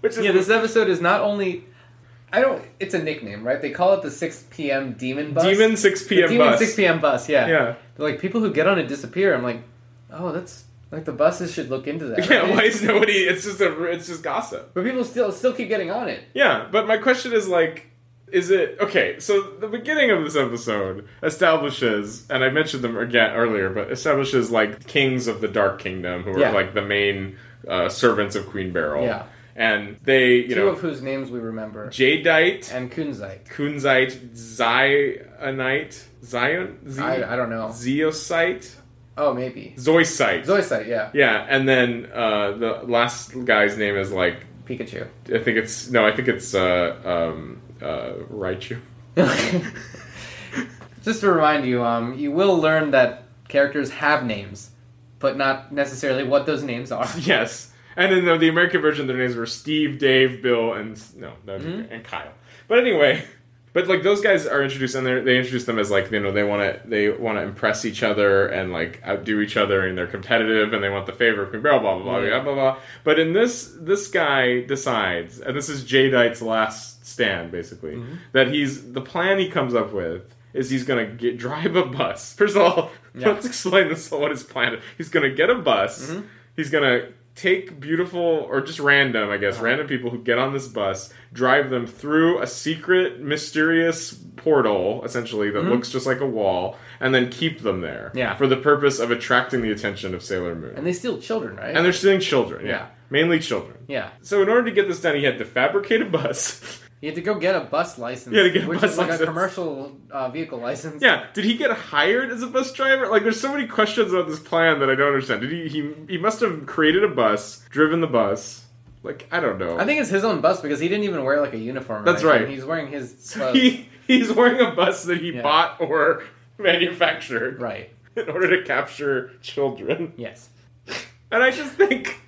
Which is
Yeah. This episode is not only. I don't. It's a nickname, right? They call it the 6 p.m. Demon Bus.
Demon 6
The
p.m.
Demon
bus.
6 p.m. Bus. Yeah.
Yeah.
They're like people who get on it disappear. I'm like, oh, that's like the buses should look into that.
Yeah,
right?
why is nobody? It's just a, it's just gossip.
But people still still keep getting on it.
Yeah, but my question is like, is it okay? So the beginning of this episode establishes, and I mentioned them again earlier, but establishes like kings of the Dark Kingdom who are
Yeah.
like the main uh, servants of Queen Beryl.
Yeah.
and they,
Two
you know,
of whose names we remember.
Jadeite,
and Kunzite.
Kunzite, Zionite, Zion, Z-
I, I don't know.
Zeosite,
Oh, maybe.
Zoisite.
Zoisite, yeah.
yeah, and then uh, the last guy's name is like
Pikachu.
I think it's no. I think it's uh, um, uh, Raichu.
Just to remind you, um, you will learn that characters have names, but not necessarily what those names are.
Yes, and in the, the American version, their names were Steve, Dave, Bill, and no, no and Kyle. But anyway, but like those guys are introduced, and they're- they introduce them as like you know they want to they want to impress each other and like outdo each other, and they're competitive, and they want the favor of Queen Beryl, blah blah blah blah blah blah. But in this, this guy decides, and this is Jadeite's last stand, basically, that he's the plan he comes up with. Is he's gonna get, drive a bus? First of all,
Yeah.
let's explain this. What his plan? is. He's gonna get a bus. He's gonna take beautiful or just random, I guess,
Uh-huh.
random people who get on this bus, drive them through a secret, mysterious portal, essentially that looks just like a wall, and then keep them there.
Mm-hmm. Yeah.
For the purpose of attracting the attention of Sailor Moon.
And they steal children, right?
And they're stealing children. Yeah.
Yeah.
Mainly children.
yeah.
So in order to get this done, he had to fabricate a bus.
You had to go get a bus license.
You had to get a
which
bus
is like
license.
a commercial uh, vehicle license.
yeah. Did he get hired as a bus driver? Like, there's so many questions about this plan that I don't understand. Did he? He, he must have created a bus, driven the bus. Like, I don't know.
I think it's his own bus because he didn't even wear like a uniform. or
That's
anything.
right.
He's wearing his
So
clothes.
he he's wearing a bus that he
Yeah.
bought or manufactured
Right.
in order to capture children.
Yes.
And I just think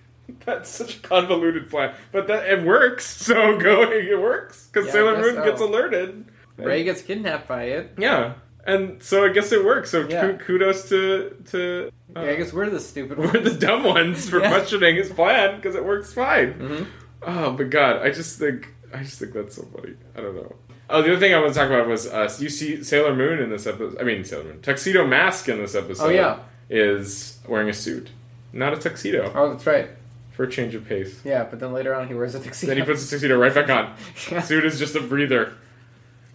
that's such a convoluted plan, but that it works. So go, it works because
Yeah, I
Sailor
guess
Moon
so.
gets alerted.
Ray gets kidnapped by it.
Yeah, and so I guess it works. So ku-
Yeah.
kudos to to uh,
yeah, I guess we're the stupid
we're
ones.
the dumb ones for
Yeah. Mm-hmm.
questioning his plan because it works fine. Oh but God, I just think I just think that's so funny. I don't know. Oh, the other thing I want to talk about was uh, you see Sailor Moon in this episode. I mean Sailor Moon tuxedo mask in this episode.
Oh, yeah.
is wearing a suit, not a tuxedo
Oh, that's right.
for a change of pace.
Yeah, but then later on he wears a tuxedo.
Then he puts the tuxedo right back on.
Yeah.
Suit is just a breather.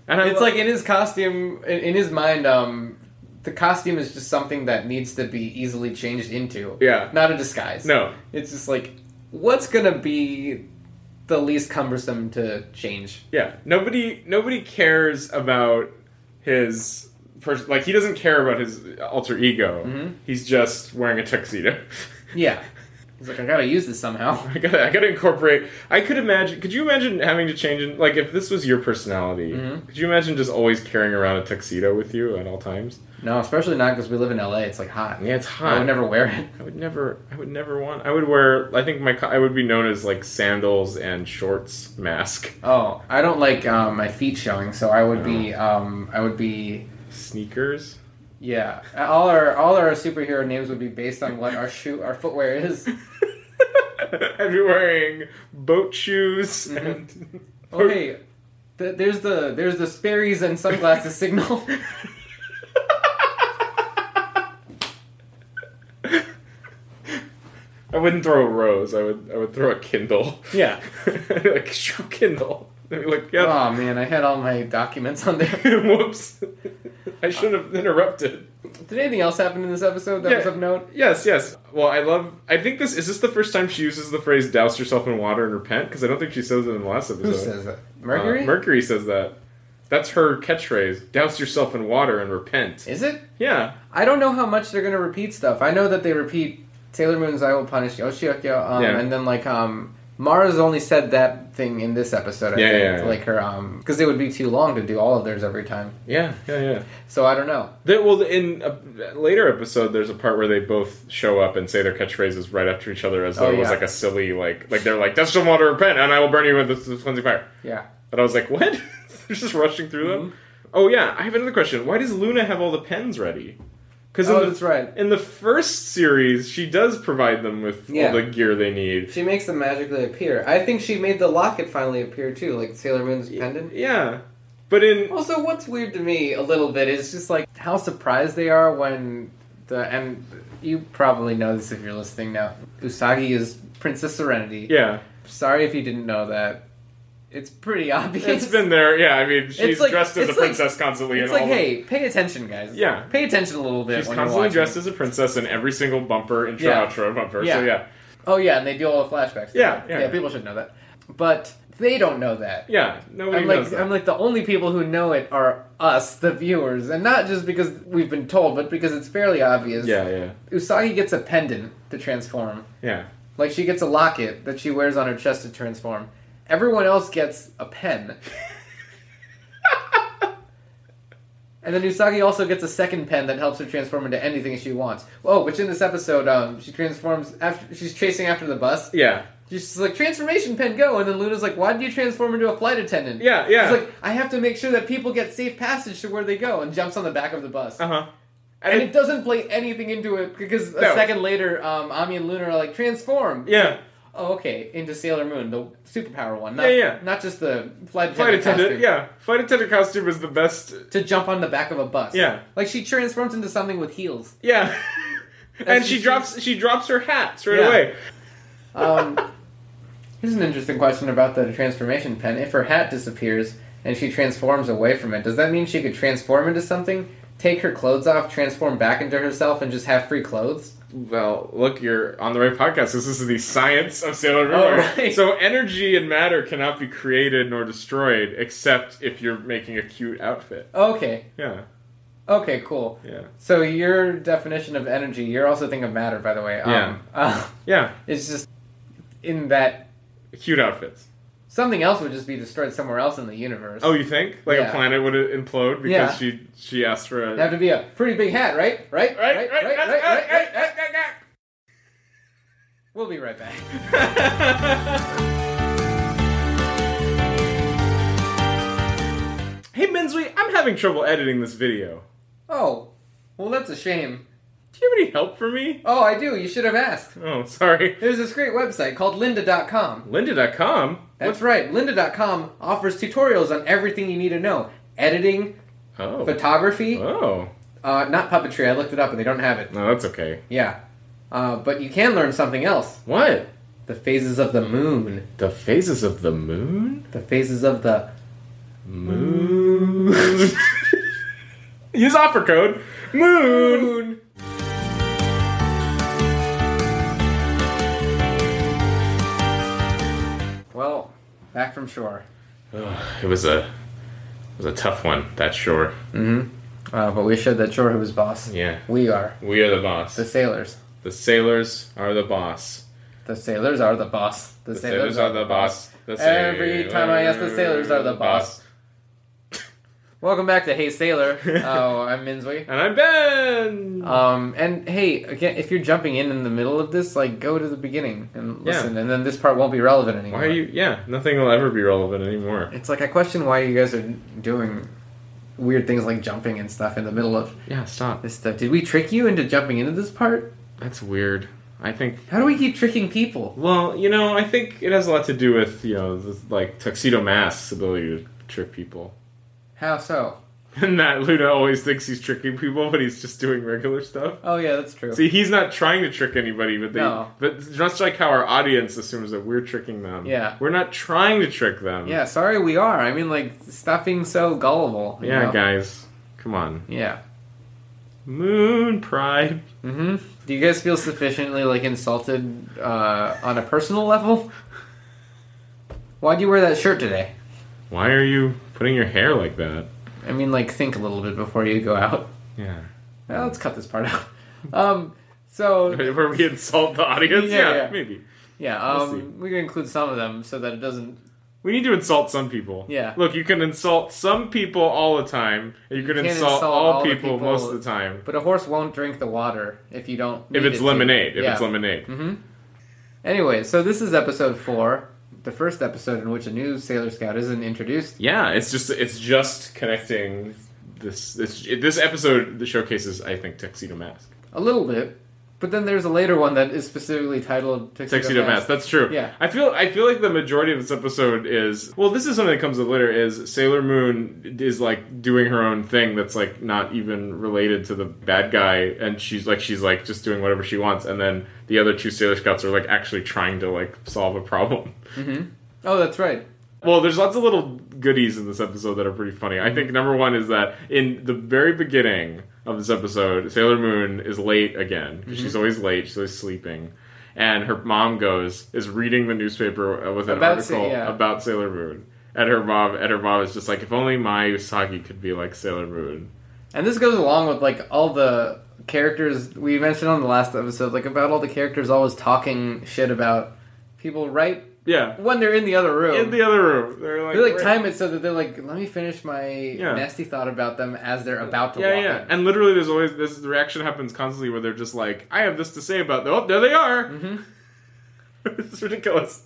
And I
it's
lo-
like in his costume, in, in his mind, um, the costume is just something that needs to be easily changed into.
Yeah.
Not a disguise.
no,
It's just like, what's gonna be the least cumbersome to change?
Yeah, nobody nobody cares about his pers- like he doesn't care about his alter ego. He's just wearing a tuxedo.
Yeah. He's like, I gotta use this somehow.
I gotta I gotta incorporate. I could imagine. Could you imagine having to change? In, like if this was your personality, could you imagine just always carrying around a tuxedo with you at all times?
No, especially not because we live in LA. It's like hot.
Yeah, it's hot.
I would never wear it.
I would never. I would never want. I would wear. I think my. co- I would be known as like sandals and shorts mask
Oh, I don't like um, my feet showing, so I would be,
Oh.
um, I would be,
sneakers.
yeah. All our all our superhero names would be based on what our shoe, our footwear is.
I'd be wearing boat shoes and
Mm-hmm. Oh hey, th- there's the there's the Sperry's and sunglasses signal.
I wouldn't throw a rose. I would I would throw a Kindle.
Yeah.
I'd be like shoo Kindle. I'd be like yep.
oh man, I had all my documents on there.
Whoops. I shouldn't have interrupted.
Did anything else happen in this episode that was
Yeah.
of note?
Yes, yes. Well, I love. I think this is this the first time she uses the phrase "douse yourself in water and repent" because I don't think she says it in the last episode.
Who says it?
Uh,
Mercury?
Mercury says that. That's her catchphrase: "Douse yourself in water and repent."
is it?
Yeah.
I don't know how much they're gonna repeat stuff. I know that they repeat Sailor Moon's "I will punish Yoshiokyo," um,
Yeah.
and then like um, Mara's only said that thing in this episode. I
Yeah,
think.
yeah, yeah.
like her um, because it would be too long to do all of theirs every time.
Yeah. Yeah. Yeah.
So I don't know.
There, well, in a later episode, there's a part where they both show up and say their catchphrases right after each other, as though
Oh,
it was
yeah.
like a silly, like, like they're like, "That's some water repent, and I will burn you with this, this cleansing fire."
Yeah.
And I was like, "What?" they're just rushing through them.
Mm-hmm.
Oh yeah, I have another question. Why does Luna have all the pens ready? Because
Oh, that's right.
In the first series, she does provide them with
Yeah.
all the gear they need.
She makes them magically appear. I think she made the locket finally appear too, like Sailor Moon's pendant.
Yeah, but in
Also, what's weird to me a little bit is just like how surprised they are when the and you probably know this if you're listening now. Usagi is Princess Serenity.
yeah,
Sorry if you didn't know that. It's pretty obvious.
it's been there. Yeah, I mean, she's
like-
dressed as a
it's like-
princess constantly.
It's
in
like,
all the-
hey, pay attention, guys.
Yeah.
pay attention a little bit.
She's
when
constantly
you're watching.
dressed as a princess in every single bumper, intro,
Yeah.
outro, bumper. So
Yeah.
yeah,
Oh yeah, and they do all the flashbacks. to
Yeah,
that.
yeah.
yeah. People should know that, but they don't know that.
yeah. Nobody
I'm
knows
like,
that.
I'm like the only people who know it are us, the viewers, and not just because we've been told, but because it's fairly obvious.
yeah, yeah,
Usagi gets a pendant to transform.
yeah,
Like she gets a locket that she wears on her chest to transform. Everyone else gets a pen. and then Usagi also gets a second pen that helps her transform into anything she wants. Oh, which in this episode, um, she transforms after she's chasing after the bus.
yeah.
She's just like, transformation pen, go! And then Luna's like, why did you transform into a flight attendant?
Yeah, yeah.
She's like, I have to make sure that people get safe passage to where they go, and jumps on the back of the bus.
Uh huh.
And it doesn't play anything into it, because a
No.
second later, um, Ami and Luna are like, transform!
Yeah,
Oh, okay, into Sailor Moon, the superpower one. Not,
Yeah, yeah.
Not just the flight attendant
flight
costume.
attendant. Yeah, flight attendant costume is the best.
To jump on the back of a bus.
Yeah.
Like, she transforms into something with heels.
Yeah, and
That's
she
just-
drops she drops her hats right
Yeah.
away.
Um, here's an interesting question about the transformation pen. If her hat disappears and she transforms away from it, does that mean she could transform into something? Take her clothes off, transform back into herself, and just have free clothes?
Well, look, you're on the right podcast. This is the science of Sailor Moon.
Oh, right.
So energy and matter cannot be created nor destroyed except if you're making a cute outfit.
Okay.
Yeah,
Okay, cool.
yeah,
So your definition of energy, you're also thinking of matter, by the way. Um,
Yeah.
uh,
yeah.
it's just in that
Cute outfits.
something else would just be destroyed somewhere else in the universe.
Oh, you think like
Yeah.
a planet would implode because
Yeah.
she she asked for a
It'd have to be a pretty big hat, right? Right?
right, right, right, right, right, right, right,
We'll be right back.
Hey, Minsley, I'm having trouble editing this video.
Oh, well, that's a shame.
Do you have any help for me?
Oh, I do. You should have asked.
Oh, sorry.
There's this great website called lynda.com.
Lynda.com.
That's right. Lynda.com offers tutorials on everything you need to know editing,
Oh.
photography,
Oh.
uh, not puppetry. I looked it up and they don't have it.
No, that's okay.
Yeah. Uh, but you can learn something else
What?
the phases of the moon,
The phases of the moon?
the phases of the.
Moon. Use offer code MOON.
Well, back from shore.
Ugh, it was a it was a tough one, that sure.
Uh, but we showed that shore who was boss.
Yeah.
We are.
We are the boss.
The sailors.
The sailors are the boss.
The sailors are the boss. The,
The sailors, are the boss. The
Every time I ask, the sailors are the boss. Welcome back to Hey Sailor. oh, I'm Minzwe.
And I'm Ben.
Um, and hey, again, if you're jumping in in the middle of this, like go to the beginning and
Yeah.
listen, and then this part won't be relevant anymore.
Why are you? Yeah, nothing will ever be relevant anymore.
It's like I question why you guys are doing weird things like jumping and stuff in the middle of
Yeah, stop.
this stuff. Did we trick you into jumping into this part?
That's weird. I think.
How do we keep tricking people?
Well, you know, I think it has a lot to do with you know, the, like tuxedo mask's ability to trick people.
How so?
And that Luna always thinks he's tricking people, but he's just doing regular stuff.
Oh yeah, that's true.
See, he's not trying to trick anybody, but they,
No.
but just like how our audience assumes that we're tricking them.
Yeah.
we're not trying to trick them.
yeah, sorry we are. I mean, like stop being so gullible. you
yeah,
know?
guys, come on.
Yeah.
Moon pride.
hmm Do you guys feel sufficiently like insulted uh, on a personal level? Why'd you wear that shirt today?
Why are you putting your hair like that?
I mean, like think a little bit before you go out.
Yeah.
Well, let's cut this part out. Um, so
Where we insult the audience?
Yeah,
Yeah,
yeah.
maybe.
yeah,
We'll see.
um, we can include some of them so that it doesn't.
We need to insult some people.
Yeah.
Look, you can insult some people all the time, and you can
can't
insult,
insult
all,
all the
people,
people-
most of the time.
But a horse won't drink the water if you don't.
If
need
it's
it to.
lemonade. If
Yeah. Mm-hmm.
it's lemonade.
Anyway, so this is episode four, the first episode in which a new Sailor Scout isn't introduced.
Yeah, it's just it's just connecting this this this episode showcases I think Tuxedo Mask.
A little bit, but then there's a later one that is specifically titled Tuxedo,
Tuxedo Mask. That's true.
Yeah.
I feel I feel like the majority of this episode is well. This is something that comes up later. Is Sailor Moon is like doing her own thing that's like not even related to the bad guy, and she's like she's like just doing whatever she wants, and then the other two Sailor Scouts are like actually trying to like solve a problem.
Oh, that's right.
Well, there's lots of little goodies in this episode that are pretty funny. I
Mm.
think number one is that in the very beginning of this episode, Sailor Moon is late again. 'cause
Mm-hmm.
She's always late. She's always sleeping. And her mom goes is reading the newspaper uh, with an
About Sa-
article
yeah.
about Sailor Moon. And her mom, and her mom is just like, if only my Usagi could be like Sailor Moon.
And this goes along with like all the characters we mentioned on the last episode, like about all the characters always talking shit about people right
Yeah,
when they're in the other room.
in the other room, they're like,
they like
"Where-"
time it so that they're like, let me finish my nasty thought about them as they're about to
Yeah,
walk
yeah.
in.
And literally, there's always this the reaction happens constantly where they're just like, I have this to say about them. Oh, there they are.
Mm-hmm.
it's ridiculous.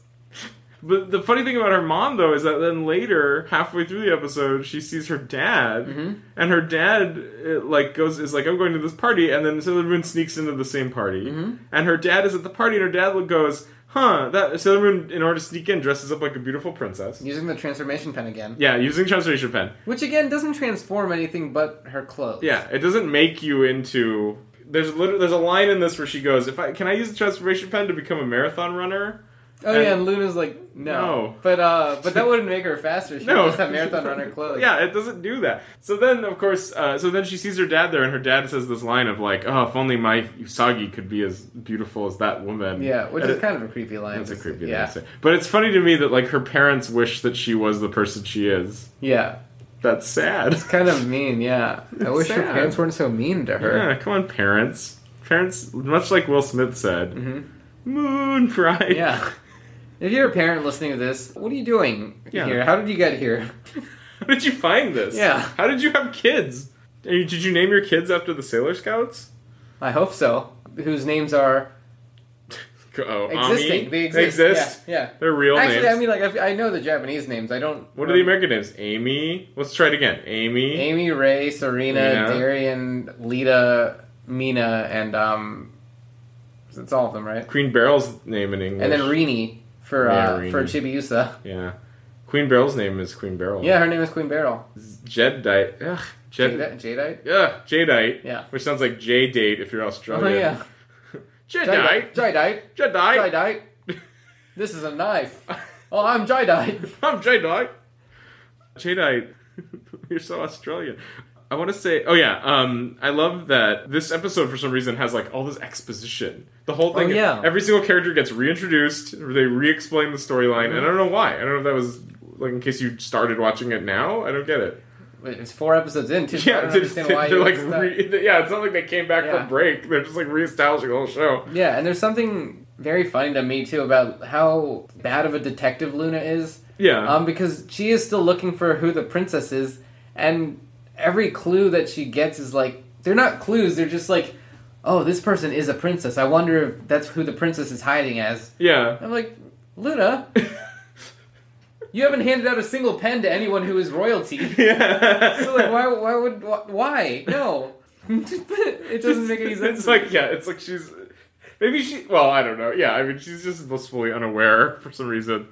But the funny thing about her mom, though, is that then later, halfway through the episode, she sees her dad,
Mm-hmm.
and her dad it, like goes is like, "I'm going to this party," and then Sailor Moon sneaks into the same party,
Mm-hmm.
and her dad is at the party, and her dad goes, "Huh, that Sailor Moon, in order to sneak in, dresses up like a beautiful princess."
Using the transformation pen again.
Yeah, using transformation pen.
Which again doesn't transform anything but her clothes.
Yeah, it doesn't make you into there's literally there's a line in this where she goes, "If I can I use the transformation pen to become a marathon runner?"
Oh
And-
yeah, and Luna's like no,
No.
but uh, but that wouldn't make her faster. She would just have marathon runner clothes.
Yeah, it doesn't do that. So then, of course, uh, so then she sees her dad there, and her dad says this line of like, "Oh, if only my Usagi could be as beautiful as that woman."
yeah, which
And
is
it-
kind of a creepy line.
That's a
just-
creepy
Yeah,
thing to say. But it's funny to me that like her parents wish that she was the person she is.
yeah,
That's sad.
kind of mean. Yeah, I wish her
sad.
parents weren't so mean to her.
Yeah, come on, parents. Parents, much like Will Smith said, "Moon pride."
Mm-hmm. Yeah. If you're a parent listening to this, what are you doing
Yeah.
here? How did you get here?
How did you find this?
Yeah.
How did you have kids? Are you- Did you name your kids after the Sailor Scouts?
I hope so. Whose names are
Oh, Ami?
existing? They exist. Yeah. yeah.
They're real
Actually,
names.
I mean, um, like I I know the Japanese names. I don't.
what are the American names? Amy. Let's try it again. Amy.
Amy, Ray, Serena,
Yeah.
Darian, Lita, Mina, and um, it's all of them, right?
Queen Barrel's name in English.
And then Rini for
Yeah,
uh,
Rini.
for Chibiusa.
yeah. Queen Barrel's name is Queen Barrel.
Yeah, her name is Queen Barrel.
Jedite. Ugh. Jed.
Jade- Jadeite.
Ugh. Jadeite.
Yeah.
Which sounds like J date if you're Australian.
Oh yeah,
Jadeite.
Jadeite. Jadeite.
Jadeite.
Jadeite. This is a knife. Oh, I'm Jadeite.
I'm Jadeite. Jadeite. You're so Australian. I want to say, oh yeah, um, I love that this episode for some reason has like all this exposition. The whole thing,
Oh, yeah.
every single character gets reintroduced. They re-explain the storyline, and I don't know why. I don't know if that was like in case you started watching it now. I don't get it.
Wait, It's four episodes in too. Yeah, I
Yeah,
don't
they
understand why
are
you
like,
expect-
re- yeah, it's not like they came back
Yeah.
from break. They're just like reestablishing the whole show.
yeah, and there's something very funny to me too about how bad of a detective Luna is.
Yeah,
Um, because she is still looking for who the princess is, and every clue that she gets is like they're not clues. They're just like, oh, this person is a princess. I wonder if that's who the princess is hiding as.
yeah.
I'm like, Luna, you haven't handed out a single pen to anyone who is royalty.
yeah.
So like, why? Why would? Why? No. it doesn't make any sense.
It's like yeah, it's like she's maybe she. Well, I don't know. Yeah, I mean she's just blissfully unaware for some reason.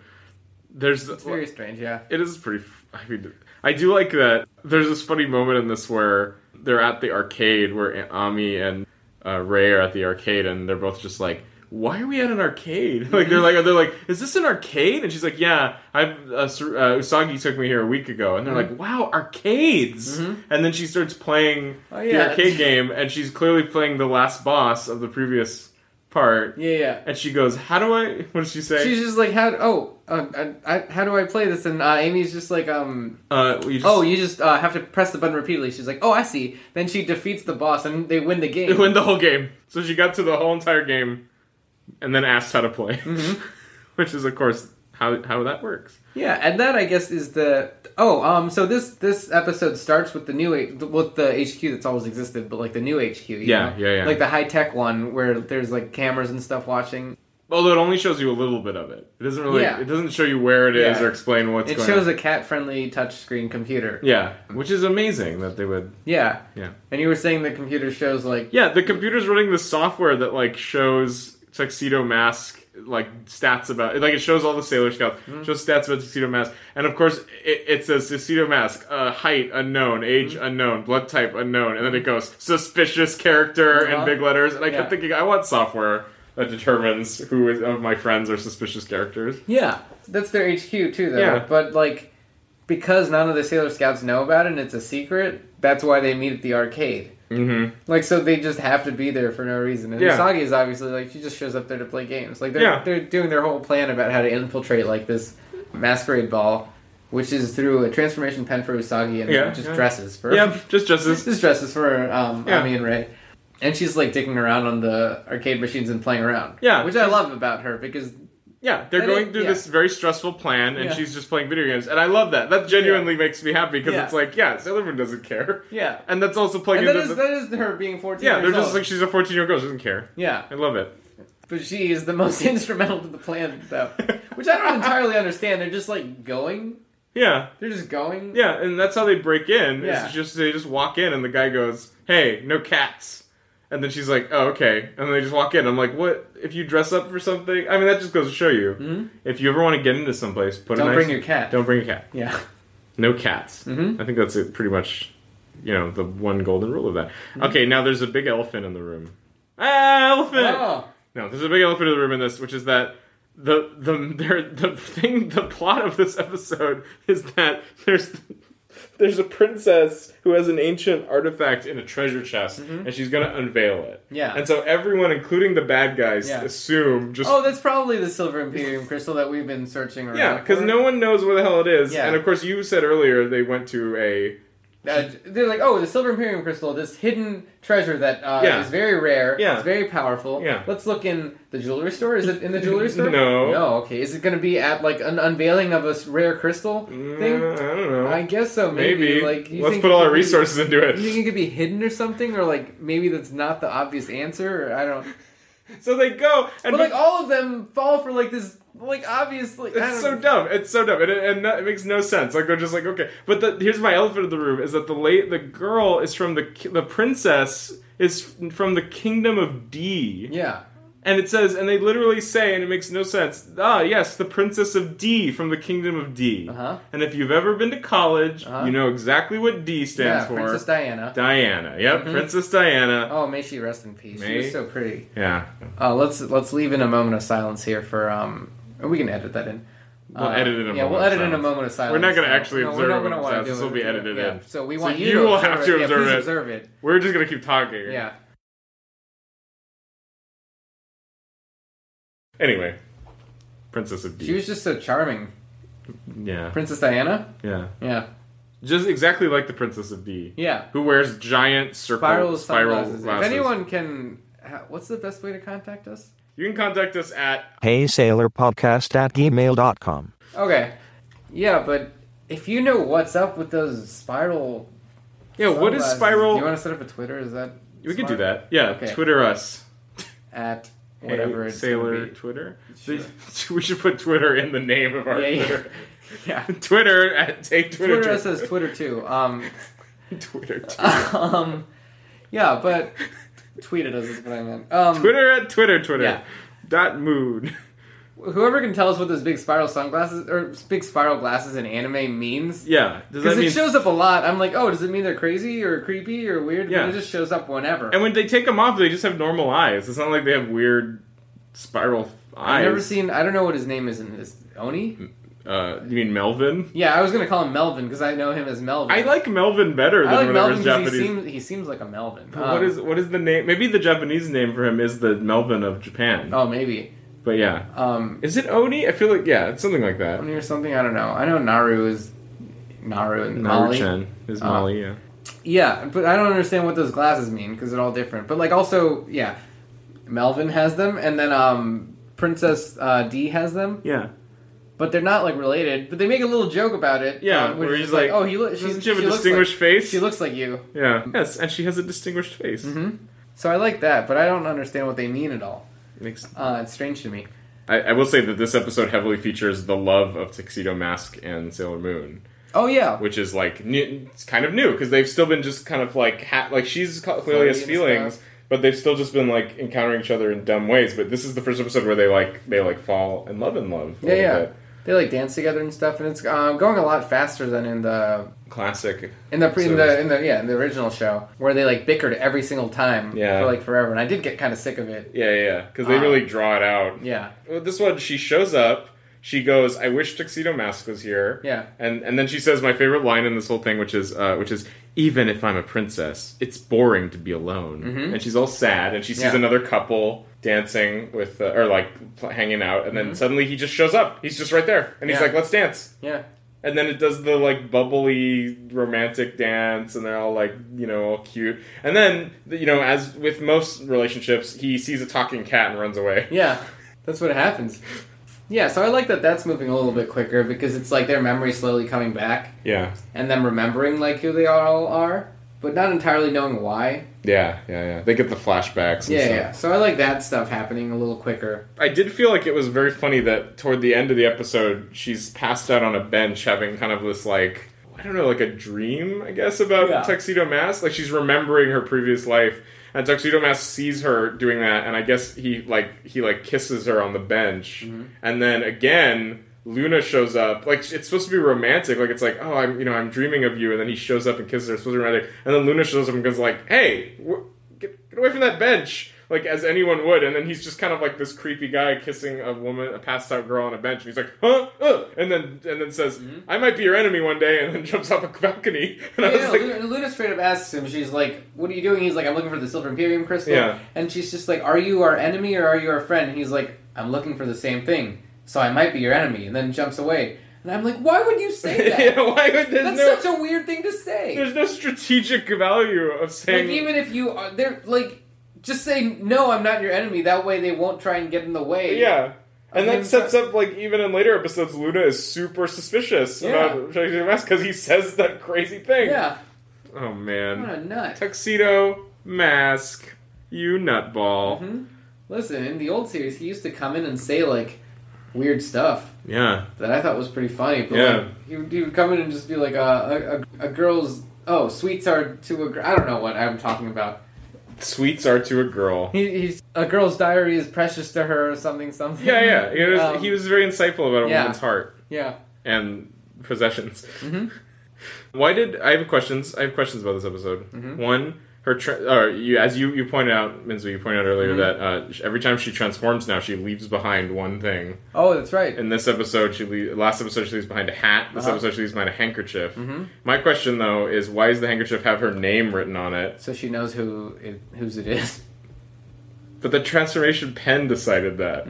There's
it's very strange. Yeah.
it is pretty. f- I mean, I do like that. There's this funny moment in this where they're at the arcade where Ami and uh, Ray are at the arcade, and they're both just like, "Why are we at an arcade?" Like they're like, they're like, "Is this an arcade?" And she's like, "Yeah, I've uh, Sur- uh, Usagi took me here a week ago," and they're
Mm-hmm.
like, "Wow, arcades!" And then she starts playing
Oh,
the
yeah.
arcade game, and she's clearly playing the last boss of the previous part.
Yeah. Yeah.
And she goes, "How do I?" What did she say?
She's just like, how? Oh, uh, I, I, how do I play this? And uh, Amy's just like, um,
uh, you just-
Oh, you just uh, have to press the button repeatedly. She's like, oh, I see. Then she defeats the boss and they win the
They
game.
win the whole game. So she got to the whole entire game and then asked how to play.
Mm-hmm.
Which is, of course, how, how that works.
yeah, and that I guess is the oh, um, so this this episode starts with the new H- with the HQ that's always existed, but like the new HQ. you
Yeah,
know?
yeah, yeah.
Like the high tech one where there's like cameras and stuff watching.
Although it only shows you a little bit of it. It doesn't really,
Yeah.
it doesn't show you where it is
Yeah.
or explain what's
It
going
shows
on.
a cat friendly touchscreen computer.
yeah, which is amazing that they would,
Yeah.
yeah.
And you were saying the computer shows like
Yeah, the computer's running the software that, like, shows Tuxedo Mask, like, stats about, like, it shows all the Sailor Scouts, shows stats about Tuxedo Mask. And, of course, it, it says Tuxedo Mask, uh, height unknown, age unknown, blood type unknown. And then it goes, suspicious character in
Uh-huh.
big letters. And I kept
Yeah.
thinking, I want software that determines who is, of my friends are suspicious characters.
Yeah, that's their HQ too, though.
Yeah.
But like, because none of the Sailor Scouts know about it and it's a secret, that's why they meet at the arcade. Mm-hmm. Like, so they just have to be there for no reason. And
Yeah.
Usagi is obviously like she just shows up there to play games. Like they're
Yeah.
they're doing their whole plan about how to infiltrate like this masquerade ball, which is through a transformation pen for Usagi and
Yeah,
just
yeah.
dresses for
Yeah, just justice.
just dresses for um,
Yeah.
Ami and Ray. And she's like dicking around on the arcade machines and playing around.
Yeah,
which I
she's-
love about her because
Yeah, they're
And it-
going through
yeah.
this very stressful plan, and
Yeah.
she's just playing video games, and I love that. That genuinely makes me happy because
Yeah.
it's like, yeah, Sailor Moon doesn't care.
yeah,
And that's also playing
And
into
that is
the-
that is her being fourteen.
yeah,
years
they're just
old.
like she's a fourteen year old girl. She doesn't care.
yeah,
I love it.
but she is the most instrumental to the plan, though, which I don't entirely understand. They're just like going.
Yeah,
They're just going.
yeah, and that's how they break in. Yeah.
Yeah.
It's just they just walk in, and the guy goes, "Hey, no cats." And then she's like, "Oh, okay." And then they just walk in. I'm like, "What? If you dress up for something, I mean, that just goes to show you. If you ever want to get into someplace, put a
Mm-hmm. Don't
nice-
bring your cat.
Don't bring your cat.
Yeah.
No cats. I think that's it, pretty much you know the one golden rule of that.
Mm-hmm.
Okay, now there's a big elephant in the room. Ah, elephant!
Oh.
No, there's a big elephant in the room in this, which is that the the there the thing the plot of this episode is that there's there's a princess who has an ancient artifact in a treasure chest, and she's gonna unveil it.
Mm-hmm. Yeah.
and so everyone, including the bad guys,
Yeah.
assume just
Oh, that's probably the silver imperium crystal that we've been searching around.
yeah, because
for.
no one knows where the hell it is.
Yeah.
And of course, you said earlier they went to a
Uh, they're like, oh, the silver imperium crystal, this hidden treasure that uh,
Yeah.
is very rare.
Yeah.
it's very powerful.
Yeah.
let's look in the jewelry store. Is it in the jewelry store?
No.
no. Okay, is it going to be at like an unveiling of a s- rare crystal thing?
Mm, I don't know.
I guess so. Maybe,
Maybe.
like you
Let's
think
put
it
all our
could be-
resources into
You think
it.
it could be hidden or something, or like maybe that's not the obvious answer? Or I don't.
So they go and
But like all of them fall for like this, like obviously. I
It's
don't
so dumb. It's so dumb, and, it, and that, it makes no sense. Like they're just like okay, but the, here's my elephant in the room: is that the late the girl is from the ki- the princess is from the kingdom of D,
Yeah.
and it says, and they literally say, and it makes no sense. Ah, yes, the princess of D from the kingdom of D.
Uh-huh.
And if you've ever been to college,
Uh-huh.
you know exactly what D stands
yeah,
for.
Princess Diana.
Diana. Yep, Princess Diana.
Oh, may she rest in peace. She
May-
was so pretty.
Yeah.
Uh, let's let's leave in a moment of silence here for um. We can edit that in.
We'll
Uh,
edit it in a
yeah,
moment
we'll
of
edit in a
silence.
moment of silence.
We're not gonna
No,
actually
no,
observe
we're
it
not gonna
in
wanna
silence.
do
This
it.
will be edited
yeah.
in.
So we
So
want you.
you
to
will
observe
have to
it.
observe
yeah,
it.
Please observe it.
We're just gonna keep talking.
Yeah.
Anyway, Princess of D.
She was just so charming,
yeah.
Princess Diana.
yeah.
Yeah.
Just exactly like the Princess of D.
Yeah.
Who wears giant circle
Spiral
spiral,
sunglasses.
glasses.
If anyone can, ha- what's the best way to contact us?
you can contact us at
Hey Sailor Podcast at gmail.com.
Okay. Yeah, but if you know what's up with those spiral.
yeah. What is
sunglasses,
spiral?
Do you want to set up a Twitter? Is that
we could
smart?
do that. Yeah.
Okay.
Twitter us.
at
Hey,
whatever it's gonna
Sailor
be.
Twitter.
Sure.
we should put Twitter in the name of our
Yeah, yeah.
Twitter.
Yeah.
Twitter at take Twitter.
Twitter says Twitter too. Um,
Twitter. too.
um, yeah, but tweeted us is what I meant. Um,
Twitter at Twitter Twitter.
Yeah.
Dot mood.
Whoever can tell us what those big spiral sunglasses or big spiral glasses in anime means,
Yeah. Does
because
that
it
mean?
shows up a lot. I'm like, oh, does it mean they're crazy or creepy or weird?
Yeah.
But it just shows up whenever.
and when they take them off, they just have normal eyes. It's not like they have weird spiral
I've
eyes.
never seen. I don't know what his name is in this. Oni?
Uh, you mean Melvin?
Yeah, I was gonna call him Melvin because I know him as Melvin.
I like Melvin better than
I like
whatever
Melvin
his
because
Japanese.
he seems he seems like a Melvin.
But what
Um,
is what is the name? Maybe the Japanese name for him is the Melvin of Japan.
Oh, maybe.
But yeah,
Um,
is it Oni? I feel like yeah, it's something like that.
Oni or something. I don't know. I know Naru is Naru and Molly.
Naru-chan is
Uh,
Molly. Yeah.
Yeah, but I don't understand what those glasses mean because they're all different. But like, also, yeah, Melvin has them, and then um, Princess uh, D has them,
Yeah.
but they're not like related. But they make a little joke about it.
Yeah,
um, which
where
is
he's like,
"Oh, he looks.
doesn't
She's
she have a
she looks
distinguished
like-
face?"
She looks like you."
Yeah. Yes, and she has a distinguished face.
Mm-hmm. So I like that, but I don't understand what they mean at all.
Makes-
Uh, it's strange to me.
I, I will say that this episode heavily features the love of Tuxedo Mask and Sailor Moon,
Oh yeah,
which is like new, it's kind of new because they've still been just kind of like ha- like she's ca- clearly has
Flirty and
feelings, but they've still just been like encountering each other in dumb ways. But this is the first episode where they like they like fall in love in love. a
yeah,
little
yeah.
bit.
They like dance together and stuff, and it's um, going a lot faster than in the
Classic.
In the, pre- in
episodes.
the in the yeah in the original show where they like bickered every single time
Yeah.
for like forever and I did get kind of sick of it
yeah yeah because they
Ah.
really draw it out.
yeah
Well, this one she shows up. She goes, "I wish Tuxedo Mask was here."
Yeah.
and and then she says my favorite line in this whole thing, which is uh, which is even if I'm a princess, it's boring to be alone. And she's all sad, and she sees
Mm-hmm. Yeah.
another couple dancing with uh, or like pl- hanging out, and then suddenly he just shows up. He's just right there, and he's
Mm-hmm. Yeah.
like, "Let's dance."
yeah
And then it does the like bubbly romantic dance, and they're all like, you know, all cute. And then, you know, as with most relationships, he sees a talking cat and runs away.
yeah that's what happens yeah so I like that that's moving a little bit quicker because it's like their memory slowly coming back
Yeah,
and them remembering like who they all are but not entirely knowing why
Yeah, yeah, yeah. They get the flashbacks. And
yeah
stuff.
yeah so I like that stuff happening a little quicker
I did feel like it was very funny that toward the end of the episode, she's passed out on a bench, having kind of this like I don't know, like a dream, I guess, about
Yeah.
Tuxedo Mask. Like she's remembering her previous life, and Tuxedo Mask sees her doing that, and I guess he like he like kisses her on the bench, and then again. Luna shows up. Like it's supposed to be romantic. Like it's like, oh, I'm you know I'm dreaming of you, and then he shows up and kisses her. It's supposed to be romantic, and then Luna shows up and goes like, hey, wh- get, get away from that bench. Like as anyone would, and then he's just kind of like this creepy guy kissing a woman, a passed out girl on a bench, and he's like, "Huh?" Uh, and then and then says, "I might be your enemy one day," and then jumps off a balcony. And I
Yeah,
was
no,
like,
Luna, Luna straight up asks him. She's like, "What are you doing?" He's like, "I'm looking for the Silver Imperium crystal."
Yeah.
And she's just like, "Are you our enemy or are you our friend?" And he's like, "I'm looking for the same thing, so I might be your enemy." And then jumps away. And I'm like, "Why would you say that?
yeah, why would there's
That's
no
such a weird thing to say."
there's no strategic value of
Like,
saying
even if you are, they're like, just say no. I'm not your enemy. That way, they won't try and get in the way.
Yeah. And
I mean,
that sets up like even in later episodes, Luna is super suspicious
Yeah.
about Shaggy Mask because he says that crazy thing.
Yeah.
Oh
What
man,
a nut.
tuxedo mask, you nutball.
Mm-hmm. Listen, in the old series, he used to come in and say like weird stuff.
Yeah,
that I thought was pretty funny. But
Yeah.
like, he, would, he would come in and just be like, uh, a, a, a girl's, oh, sweets are to a girl. I don't know what I'm talking about.
sweets are to a girl.
He, he's, a girl's diary is precious to her or something, something.
Yeah, yeah. It was,
Um,
he was very insightful about a
yeah.
woman's heart
Yeah.
and possessions.
Mm-hmm.
Why did I have questions? I have questions about this episode.
Mm-hmm.
One, her tra- or you, as you you pointed out, Minzu, you pointed out earlier
Mm-hmm.
that uh, every time she transforms now, she leaves behind one thing.
Oh, that's right.
In this episode, she le- last episode she leaves behind a hat. This
Uh-huh. Mm-hmm.
episode she leaves behind a handkerchief. My question though is, why does the handkerchief have her name written on it?
so she knows who it, whose it is.
But the transformation pen decided that.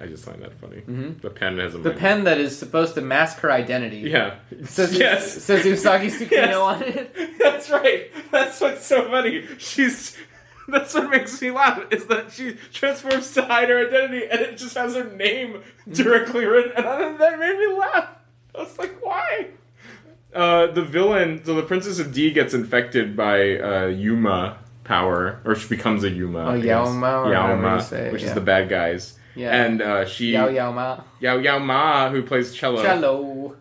I just find that funny. The pen has a
Mm-hmm. The
mind.
pen that is supposed to mask her identity.
Yeah.
Says,
yes.
says Usagi Tsukino
Yes.
on it.
That's right. That's what's so funny. She's. That's what makes me laugh is that she transforms to hide her identity, and it just has her name directly written, and I- that made me laugh. I was like, why? Uh, the villain, so the Princess of D gets infected by uh, Yuma power, or she becomes a Yuma. I guess.
Yaoma, Oh, or however you say
Yaoma,
it,
which
yeah.
is the bad guys.
Yeah.
And uh, she
Yao Yao Ma.
Yao Yao Ma, who plays
Cello.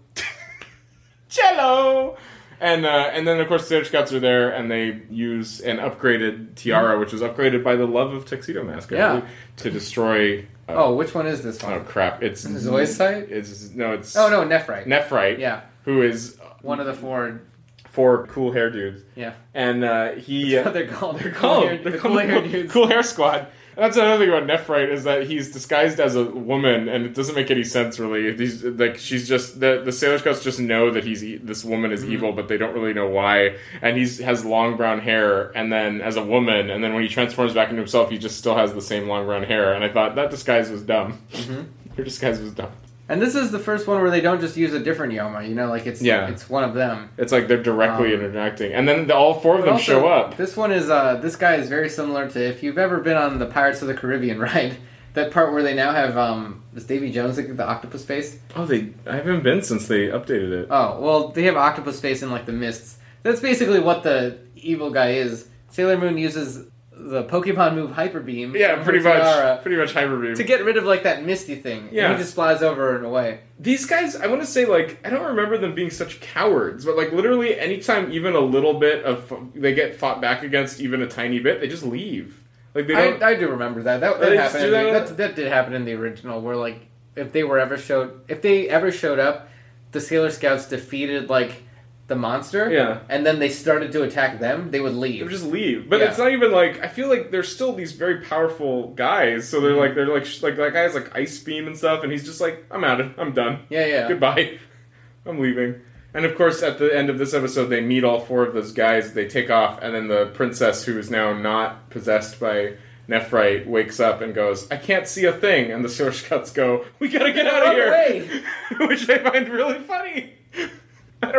cello. And uh, and then of course the Search Scouts are there, and they use an upgraded tiara, which was upgraded by the love of Tuxedo Mask, I
Yeah.
believe, to destroy. Uh, oh.
Oh, which one is this one?
crap! It's
Zoisite?
It's no, it's
Oh, no, Nephrite.
Nephrite.
Yeah.
who is
one
Mm-hmm.
of the four.
four cool hair dudes,
Yeah.
and uh, he
What they're called. They're
Cool,
called.
Oh, they're
they're
called
called
the cool,
dudes.
cool hair squad. And that's another thing about Nephrite is that he's disguised as a woman, and it doesn't make any sense really. These like she's just the the Sailor Scouts just know that he's e- this woman is evil, but they don't really know why. And he's has long brown hair, and then as a woman, and then when he transforms back into himself, he just still has the same long brown hair. And I thought that disguise was dumb. Your disguise was dumb.
And this is the first one where they don't just use a different Yoma, you know, like it's
Yeah.
it's one of them.
It's like they're directly
Um,
interacting, and then the, all four of them
But also,
show up.
This one is uh this guy is very similar to if you've ever been on the Pirates of the Caribbean ride, that part where they now have um is Davy Jones like, the octopus face?
Oh, they I haven't been since they updated it.
Oh, well they have octopus face in like the mists. That's basically what the evil guy is. Sailor Moon uses the Pokemon move Hyper Beam.
yeah,
from
pretty
her
much,
tiara
pretty much hyper beam.
uh, To get rid of like that misty thing.
Yeah.
And he just flies over and away.
These guys, I want to say, like, I don't remember them being such cowards, but like, literally, anytime even a little bit of they get fought back against, even a tiny bit, they just leave. Like they don't.
I, I do remember that. That,
They
that
just
happened.
do
in the-
that?
that, that did happen in the original, where like if they were ever showed, if they ever showed up, the Sailor Scouts defeated like the monster.
Yeah.
And then they started to attack them. They would leave.
they would just leave, but
Yeah.
it's not even like I feel like they're still these very powerful guys. So they're like they're like sh- like that guy's like ice beam and stuff, and he's just like I'm out of I'm done.
yeah, yeah.
Goodbye. I'm leaving. And of course, at the end of this episode, they meet all four of those guys. They take off, and then the princess, who is now not possessed by Nephrite, wakes up and goes, "I can't see a thing." And the Silver Scouts go, "We gotta get out of
Run
here,"
away.
which I find really funny. I don't know.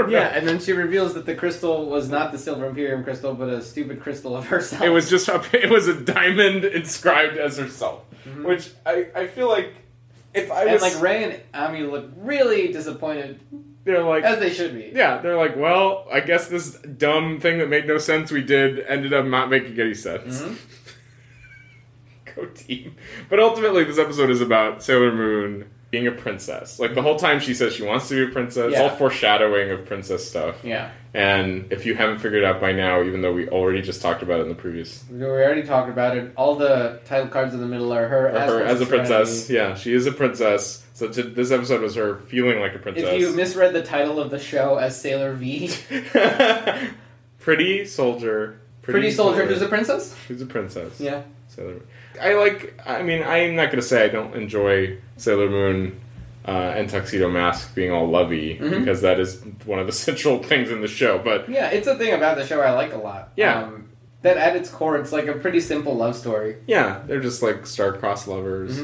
Yeah, and then she reveals that the crystal was not the Silver Imperium crystal, but a stupid crystal of herself.
It was just a, it was a diamond inscribed as herself, which I, I feel like if I
Mm-hmm. And
was
like Ray and Ami look really disappointed,
they're like
as they should be.
Yeah, they're like, well, I guess this dumb thing that made no sense we did ended up not making any sense.
Mm-hmm.
Go team. But ultimately, this episode is about Sailor Moon being a princess. Like the whole time she says she wants to be a princess. It's
Yeah.
all foreshadowing of princess stuff.
Yeah.
And if you haven't figured it out by now, even though we already just talked about it in the previous
We already talked about it. All the title cards in the middle are her,
or
as,
her as a princess,
Serenity.
yeah, she is a princess. So t- this episode was her feeling like a princess.
If you misread the title of the show as Sailor V,
pretty soldier,
Pretty Soldier, who's a princess?
who's a princess.
Yeah.
Sailor Moon. I like. I mean, I'm not gonna say I don't enjoy Sailor Moon uh, and Tuxedo Mask being all lovey
Mm-hmm.
because that is one of the central things in the show. But
Yeah, it's a thing about the show I like a lot.
Yeah.
Um, that at its core, it's like a pretty simple love story.
yeah, they're just like star-crossed lovers.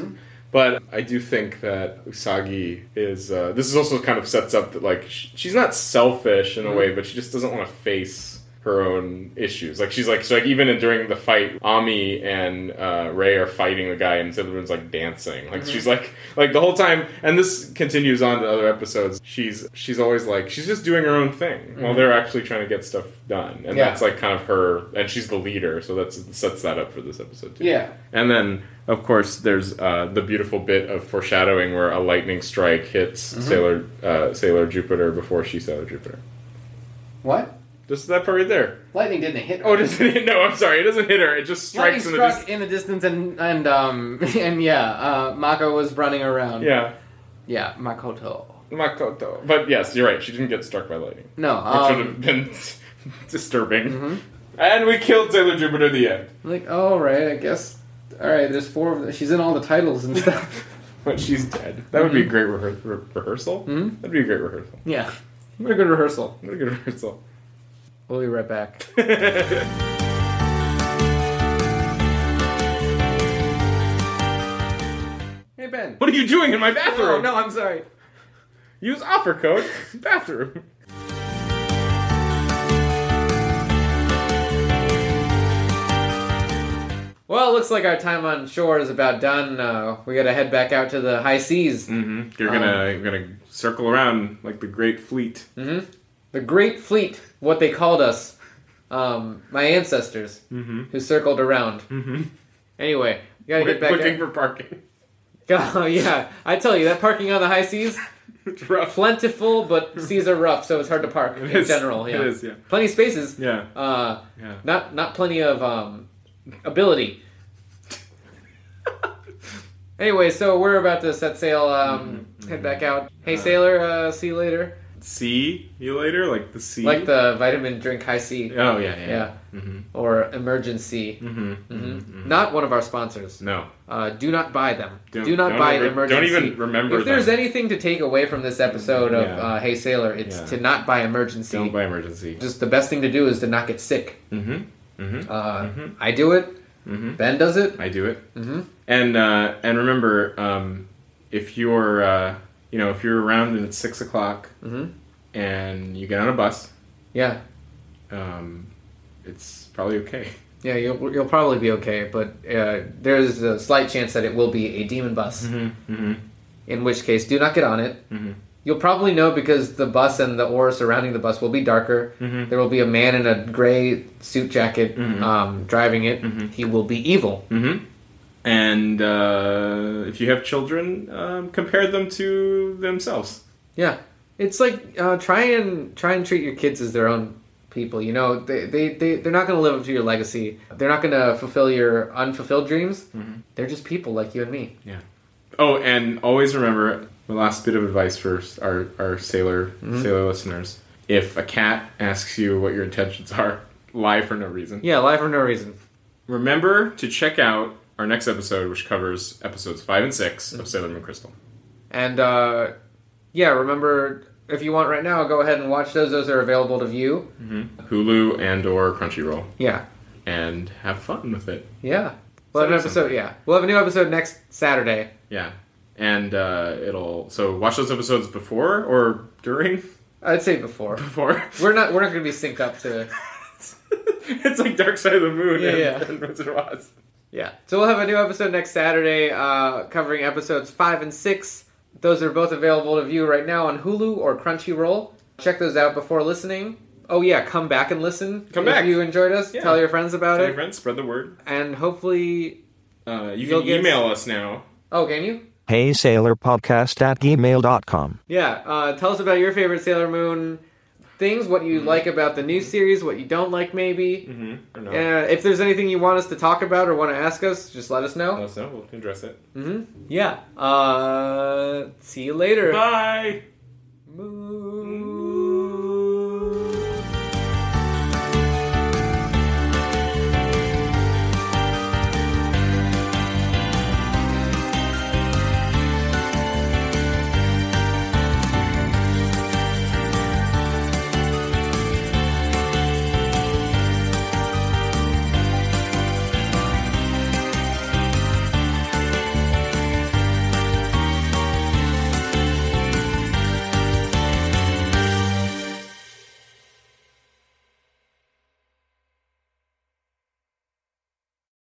But I do think that Usagi is. Uh, this is also kind of sets up that like sh- she's not selfish in a way, but she just doesn't want to face her own issues. Like she's like so like even in- during the fight, Ami and uh, Ray are fighting the guy, and Sailor Moon's like dancing. Like she's like like the whole time, and this continues on to other episodes. She's she's always like she's just doing her own thing while they're actually trying to get stuff done, and
Yeah.
that's like kind of her. And she's the leader, so that's sets that up for this episode too.
Yeah.
And then, of course, there's uh, the beautiful bit of foreshadowing where a lightning strike
Mm-hmm.
hits Sailor uh, Sailor Jupiter before she's Sailor Jupiter.
What?
Just that part right there.
Lightning didn't hit her.
Oh, it doesn't hit? No, I'm sorry. It doesn't hit her. It just
Lightning
strikes in the
struck
dis-
in the distance, and and um and yeah, uh, Mako was running around.
Yeah,
Yeah, Makoto.
Makoto. But yes, you're right. She didn't get struck by lightning, which
No,
would
um, mm-hmm.
have been disturbing. And we killed Sailor Jupiter at the end.
like all right, I guess. All right, there's four of them. She's in all the titles and stuff.
But she's dead. That
Mm-hmm.
would be a great rehe- re- rehearsal. That'd be a great rehearsal.
yeah, Mm-hmm. what a good rehearsal.
What a good rehearsal.
We'll be right back. hey Ben.
What are you doing in my bathroom?
Oh no, I'm sorry.
Use offer code bathroom.
Well, it looks like our time on shore is about done. Uh, we got to head back out to the high seas.
You're
Um,
gonna you're gonna circle around like the Great Fleet.
The Great Fleet, what they called us, um, my ancestors, who circled around. Mm-hmm. Anyway, we gotta
Look-
get back.
looking
out-
for parking.
oh yeah, I tell you that parking on the high seas,
It's rough.
plentiful, but seas are rough, so it's hard to park in
is.
general.
It
Yeah,
is, yeah.
plenty of spaces.
Yeah.
Uh,
Yeah.
not not plenty of um, ability. anyway, so we're about to set sail, um,
Mm-hmm.
head back out. Hey sailor, uh, see you later.
See you later, like the sea.
Like the vitamin drink, high sea.
Oh yeah, yeah.
Yeah. Or emergency. Mm-hmm. Not one of our sponsors.
No.
Uh, do not buy them.
Don't-
do not
don't
buy
ever-
emergency.
don't even remember
If there's
them.
anything to take away from this episode of
Yeah.
uh, Hey Sailor, it's
Yeah.
to not buy emergency.
Don't by emergency.
Just the best thing to do is to not get sick.
Mm-hmm. Mm-hmm.
Uh, I do it. Ben does it.
I do it. Mm-hmm. And uh, and remember, um, if you're uh, you know if you're around and it's six o'clock and you get on a bus,
Mm-hmm. Yeah,
um, it's probably okay.
yeah. You'll you'll probably be okay, but uh, there's a slight chance that it will be a demon bus.
Mm-hmm.
In which case, do not get on it.
Mhm.
You'll probably know because the bus and the aura surrounding the bus will be darker. There will be a man in a gray suit jacket um, driving it. He will be evil.
Mm-hmm. And uh, if you have children, um, compare them to themselves.
Yeah, it's like uh, try and try and treat your kids as their own people. You know, they they they they're not going to live up to your legacy. They're not going to fulfill your unfulfilled dreams. They're just people like you and me.
Yeah. Oh, and always remember my last bit of advice for our, our sailor sailor listeners: if a cat asks you what your intentions are, lie for no reason.
Yeah, lie for no reason.
Remember to check out our next episode, which covers episodes five and 6 of Sailor Moon Crystal.
And uh, yeah, remember if you want right now, go ahead and watch those. Those are available to view.
Hulu and or Crunchyroll,
Yeah.
and have fun with it.
Yeah. We'll have an episode.
Saturday
Yeah, we'll have a new episode next Saturday.
Yeah. And uh, it'll so watch those episodes before or during
I'd say before.
before.
We're not. We're not going to be synced up to.
it's like Dark Side of the Moon
Yeah,
and,
yeah.
and Wizard of Oz.
Yeah. So we'll have a new episode next Saturday, uh, covering episodes five and six. Those are both available to view right now on Hulu or Crunchyroll. Check those out before listening. Oh yeah, come back and listen.
Come
if
back.
you enjoyed us.
Yeah.
Tell your friends about
Hey,
it,
friends, spread the word.
and hopefully,
Uh, you
You'll
can
get-
email us now.
oh, can you?
heysailorpodcast at gmail.com.
Yeah, uh, tell us about your favorite Sailor Moon things, what
Mm-hmm.
you like about the new series, what you don't like, maybe.
Hmm? Or not.
Uh, if there's anything you want us to talk about or want to ask us, just let us know.
Let us know. We'll address it.
Yeah. Uh, see you later.
Bye.